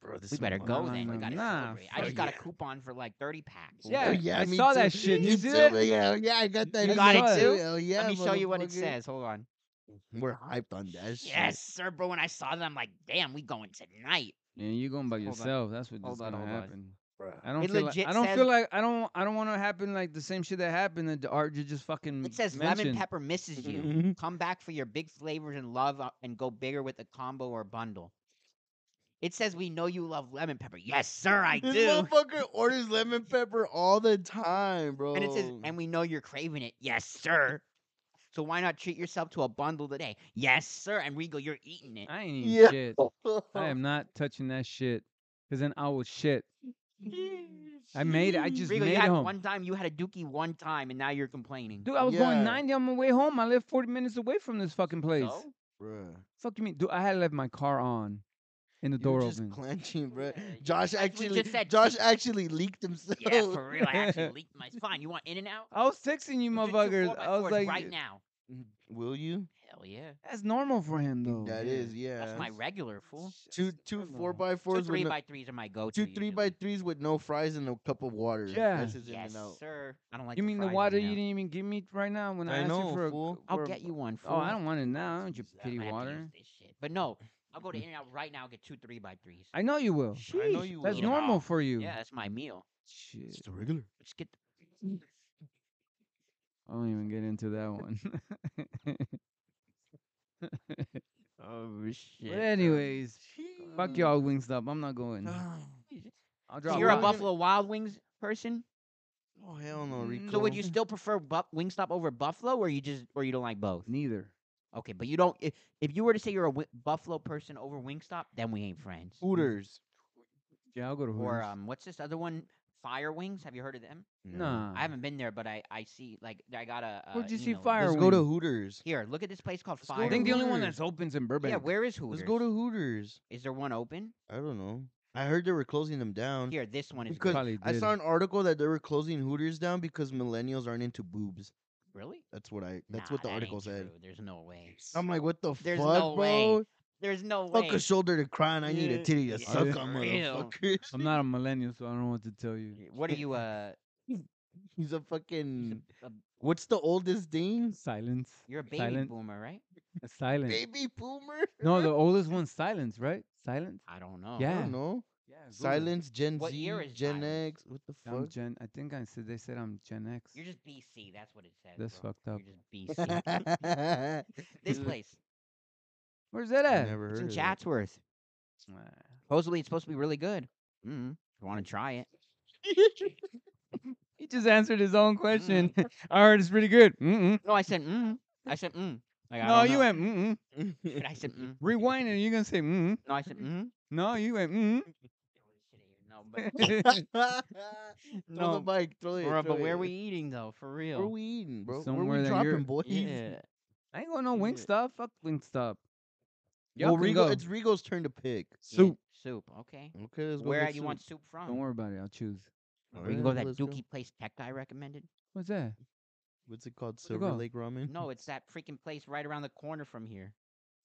Bro, this We better motherfucker- go no, then. We no, gotta nah, celebrate. I fuck just got a yeah. coupon for like thirty packs. Yeah, Oh, yeah, I me saw that too. shit. Did Me you see too, that? Yeah, yeah, I got that. You in got my it too. too? Hell yeah, Let me show you what it motherfucker. says. Hold on. We're hyped on that shit. Yes, sir, bro. When I saw that, I'm like, damn, we going tonight. And you going by Hold on. yourself. That's what's Hold on, gonna hold on. happen. Bruh. I don't It feel like, legit I don't says- feel like I don't I don't want to happen like the same shit that happened that the art you just fucking It says lemon mentioned. pepper misses you. Mhm. Come back for your big flavors and love, uh, and go bigger with a combo or bundle. It says we know you love lemon pepper. Yes, sir, I This do. motherfucker orders lemon pepper all the time, bro. And it says, and we know you're craving it. Yes, sir. So why not treat yourself to a bundle today? Yes, sir. And Rigo, you're eating it. I ain't eating Yeah. shit. I am not touching that shit. Cause then I will shit. I made it. I just Rigo, made you it had home. one time you had a dookie one time, and now you're complaining. Dude, I was going Yeah. 90 on my way home. I live 40 minutes away from this fucking place. So? Bruh. Fuck you mean? Dude, I had left my car on in the You're door just open. clenching, bro. Yeah, you Josh actually actually, just said Josh cheat. actually leaked himself. Yeah, for real. I actually leaked my spine. You want in and out? I was texting you motherfuckers. I was like, right now. Will you? Hell yeah. that's normal for him though. That Yeah. is, yeah. That's my regular fool. two two Oh. four by Two fours three with no, by threes are my go-to. two three usually. by threes with no fries and a cup of water. Yeah. That's his in Yes, and out. sir. I don't like. You mean the fries in water and you out. didn't even give me right now when I, I asked know, you for a fool. I'll for a- get you one. Fool. Oh, I don't want it now. I don't want your I'm pity gonna have to water. use this shit. But no, I'll go to In and Out right now. and Get two three by threes. I know you will. I know you That's will. Eat 'em normal all. for you. Yeah, that's my meal. Shit. the regular. Just get. I don't even get into that one. Oh But shit. anyways, fuck y'all Wingstop. I'm not going. I'll Uh, So drop. you're a one. buff- Buffalo Wild Wings person. Oh hell no, So Rico. So would you still prefer Buff Wingstop over Buffalo, or you just, or you don't like both? Neither. Okay, but you don't. If, if you were to say you're a Wi- Buffalo person over Wingstop, then we ain't friends. Hooters? Yeah, I'll go to Or Hooters. um, what's this other one? Fire Wings. Have you heard of them? nah. I haven't been there, but I I see like I got a. Uh, Where'd you see email. Fire Let's go to Wing. Hooters. Here, look at this place called go Fire. I think the only one Hooters. that's open's in Burbank. Yeah, where is Hooters? Let's go to Hooters. Is there one open? I don't know. I heard they were closing them down. Here, this one is. Um, Because good. Probably I did. saw an article that they were closing Hooters down because millennials aren't into boobs. Really? That's what I. That's Nah, what the that article ain't said. true. There's no way. I'm like, what the There's fuck, no way. bro? There's no way. Fuck a shoulder to cry on. I need a Yeah. titty to Yeah, suck for on, real. motherfucker. I'm not a millennial, so I don't know what to tell you. What are you? Uh, He's a he's fucking. a- um, a- What's the oldest thing? Silence. you're a baby Silent. boomer, right? A Silence. Baby boomer. No, the oldest one's silence, right? Silence. I don't know. I Yeah. don't know. Yeah. Silence, Gen What Z, year is Gen Silence? X. What the I'm fuck? Gen. I think I said they said I'm Gen X. You're just BC. That's what it says. That's bro. fucked up. You're just BC. this place. Where's that I at? never It's heard. in of it. Chatsworth. Ah. Supposedly, it's supposed to be really good. Mm. You want to try it? He just answered his own question. I heard it's pretty good. Mm-mm. No, I said. Mm. I said. Mm. Like, I No, don't you know. went mm-mm. But I said. Mm. Rewind and you're gonna say mm. No, I said. Mm. No, you went mm. No, but Throw the no, bike. Throw it. bro, throw but where it. are we eating though? For real. Where we eating, bro? Somewhere where we that dropping, you're- boys? Yeah. I ain't going no Yeah. Wingstop. Fuck Wingstop. Well, we can Rigo, go. it's Rigo's turn to pick. Yeah, Soup. Soup. Okay. Okay, Mm, let's go. Where get you soup. want soup from? Don't worry about it. I'll choose. Or All you right, can go to that let's Dookie place tech guy recommended. What's that? What's it called? Where'd it Silver go? Lake Ramen. No, it's that freaking place right around the corner from here.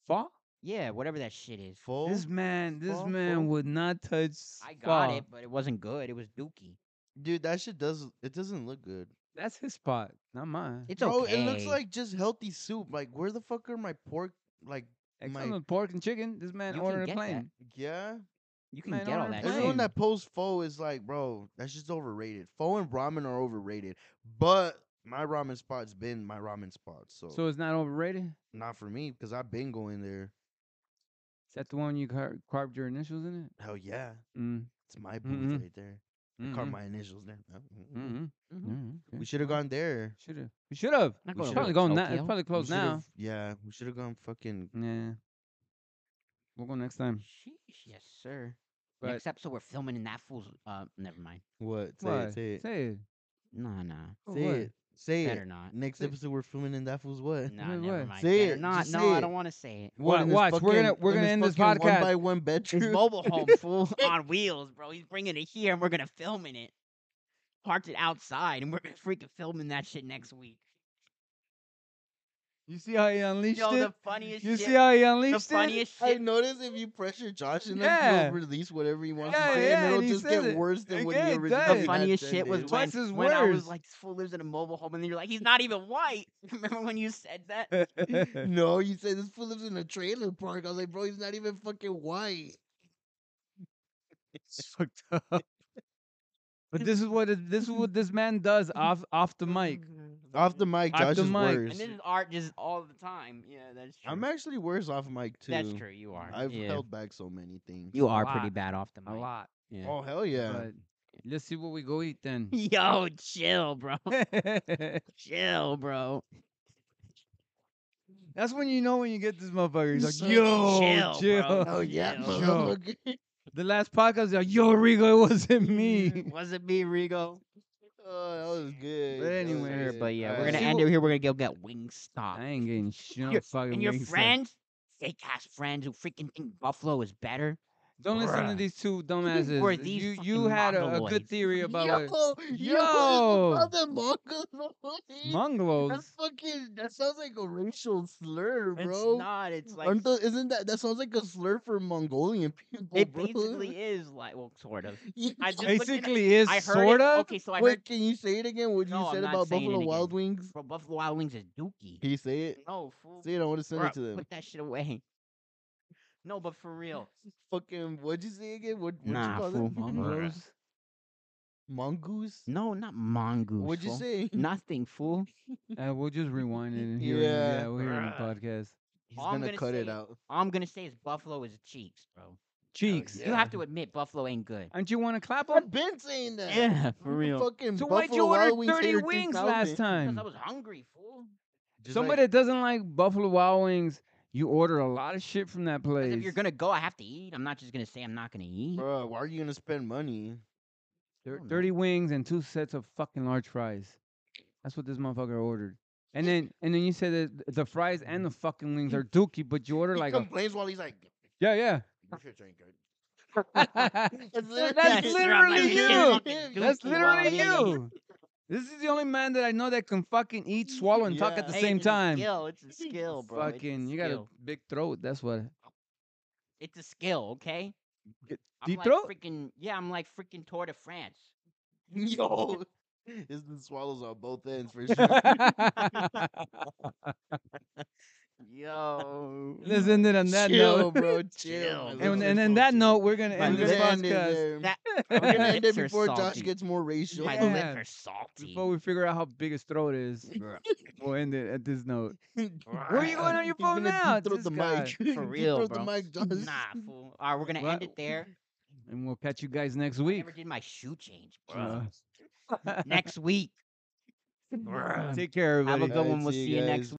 Pho? Yeah, whatever that shit is. Full. This man, this Pho? man Pho? would not touch. I got pho. it, but it wasn't good. It was Dookie. Dude, that shit does. It doesn't look good. That's his spot, not mine. It's Bro, okay. it looks like just healthy soup. Like, where the fuck are my pork? Like, Except my- on the pork and chicken. This man You can ordered get a that. plane. yeah. you can man, get all order that. plain. shit. Everyone that posts pho is like, bro, that's just overrated. Pho and ramen are overrated. But my ramen spot's been my ramen spot, so, So it's not overrated. not for me because I've been going there. Is that the one you car- carved your initials in Hell yeah, it? Mm. Mm-hmm. it's my booth Mhm. right there. I Mm. carved my initials there. Uh, mm, mm. Mm-hmm. Mhm. Mm-hmm. We should have gone there. Should have. We should have. Not going We should to Probably have. going now. It's Tokyo. probably We closed should've- now. Yeah, we should have gone fucking. Yeah. We'll go next time. Mm. Sheesh, yes, sir. But Next episode, we're filming in that fool's. Uh, never mind. What? Say Why? it. Say it. Say it. Nah, nah. Oh, Say what? it. Say Better it. not. Next Say- episode, we're filming in that fool's what? Nah, Wait, never what? mind. Say Better it, not. just No, say I it. don't want to say it. Wa- in this watch, we're gonna- fucking- we're in gonna end this fucking podcast. One by one His bedroom. mobile home fool on wheels, bro. He's bringing it here, and we're gonna film in it. Parked it outside, and we're gonna freaking filming that shit next week. You see how he unleashed Yo, it? the funniest You shit. see how he the unleashed it? funniest I shit. notice if you pressure Josh enough, Yeah. he'll release whatever he wants Yeah, to say, yeah, and and it'll he just says get it. worse than what Yeah, he it originally does. The had funniest shit said, was dude. when, Twice as when I was worse. like, "This fool lives in a mobile home," and then you're like, "He's not even white." Remember when you said that? no, you said this fool lives in a trailer park. I was like, bro, he's not even fucking white. It's fucked up. But this is what it- this is what this man does off off the mic. Off the mic, Off Josh the is mic. worse. And this is art just all the time. Yeah, that's true. I'm actually worse off mic too. That's true. You are. I've yeah. held back so many things. You are lot. pretty bad off the A mic. lot. Yeah. Oh hell yeah! But let's see what we go eat then. Yo, chill, bro. That's chill, bro. when you know when you get this motherfucker. He's like, So yo, chill, bro. chill." oh yeah, Yo. motherfucker. The last podcast, like, yo, Rigo, it wasn't me. Mm, Was it me, Rigo? Oh, that was good. But That was anyway, Sure, good. but yeah, All we're right. gonna See end what- it here. We're gonna go get Wingstop. I ain't getting shit on Your- fucking and your Wingstop. friends, fake ass friends who freaking think Buffalo is better. Don't listen to Bruh. these two Were dumbasses. these You you fucking had a, a good mongoloids? theory about yo, what yo, Yo. about the Mongoloid. Mongolos. That's fucking. That sounds like a racial slur, bro. It's not. It's like Aren't tho- isn't that that sounds like a slur for Mongolian people, it bro? basically is like well, sort of. Yeah. I just looked it Basically, is up. I heard sort it. of. Okay, so I Wait, heard can you say it again? What you No, I'm said not about saying it Buffalo Wild again. Wings? bro, Buffalo Wild Wings is Dookie. Can you say it? No, fool. Say it. I want to send Bruh, it to them. Put that shit away. No, but for real. Fucking. What'd you say again? What? What'd Nah, you call fool. them? Mongolos. Mongoose. No, not mongoose. What'd you fool. say? Nothing, fool. Uh, we'll just rewind it and hear Yeah. it. Yeah, we'll hear it in the Bruh. podcast. He's All I'm gonna gonna cut it say- out. All I'm gonna say is Buffalo is cheeks, bro. Cheeks. You have to admit Buffalo ain't good. Don't you want to clap I've him? been saying that. Yeah, for You real. Fucking So Buffalo why'd you Wild order Wings 30 hater wings last 3000. Because I time? was hungry, fool. Just Somebody like- that doesn't like Buffalo Wild Wings, you order a lot of shit from that 'Cause place. If you're gonna go, I have to eat. I'm not just gonna say I'm not gonna eat. Bro, why are you gonna spend money? Thir- Oh, no. 30 wings and two sets of fucking large fries. That's what this motherfucker ordered. And then and then you said that th- the fries and the fucking wings are dookie, but you order He like a complains while he's like, Yeah, yeah. "Your shit's ain't good." That's That's literally shit you. fucking That's dookie, That's bro. literally Yeah, yeah, yeah. you. This is the only man that I know that can fucking eat, swallow, and talk Yeah. at the Hey, same it's a time. skill. It's a skill, bro. It's a Fucking, you got a skill. big throat. That's what. It's a skill, okay? Get I'm deep like throat? freaking yeah, I'm like freaking Tour de France. Yo, it's the swallows on both ends for sure. Yo. Let's end it on that chill, note. bro, chill. Chill, man. bro. And, Let's and just then go that chill. note, we're gonna Fine, end Let's this end it podcast. there. That- We're gonna My end it lips are before Josh salty. gets more racial. My Yeah. lips are salty. Before we figure out how big his throat is, Bruh. we'll end it at this note. Where are you going on your He's phone gonna now? deep-throat This the guy. mic. For Deep-throat real, the bro. mic, Josh. Nah, fool. All right, we're gonna What? end it there. And we'll catch you guys next I week. never did my shoe change, bro. Uh, Next week. Bruh. Take care, everybody. Have a good Alright, one. We'll see you see you guys. next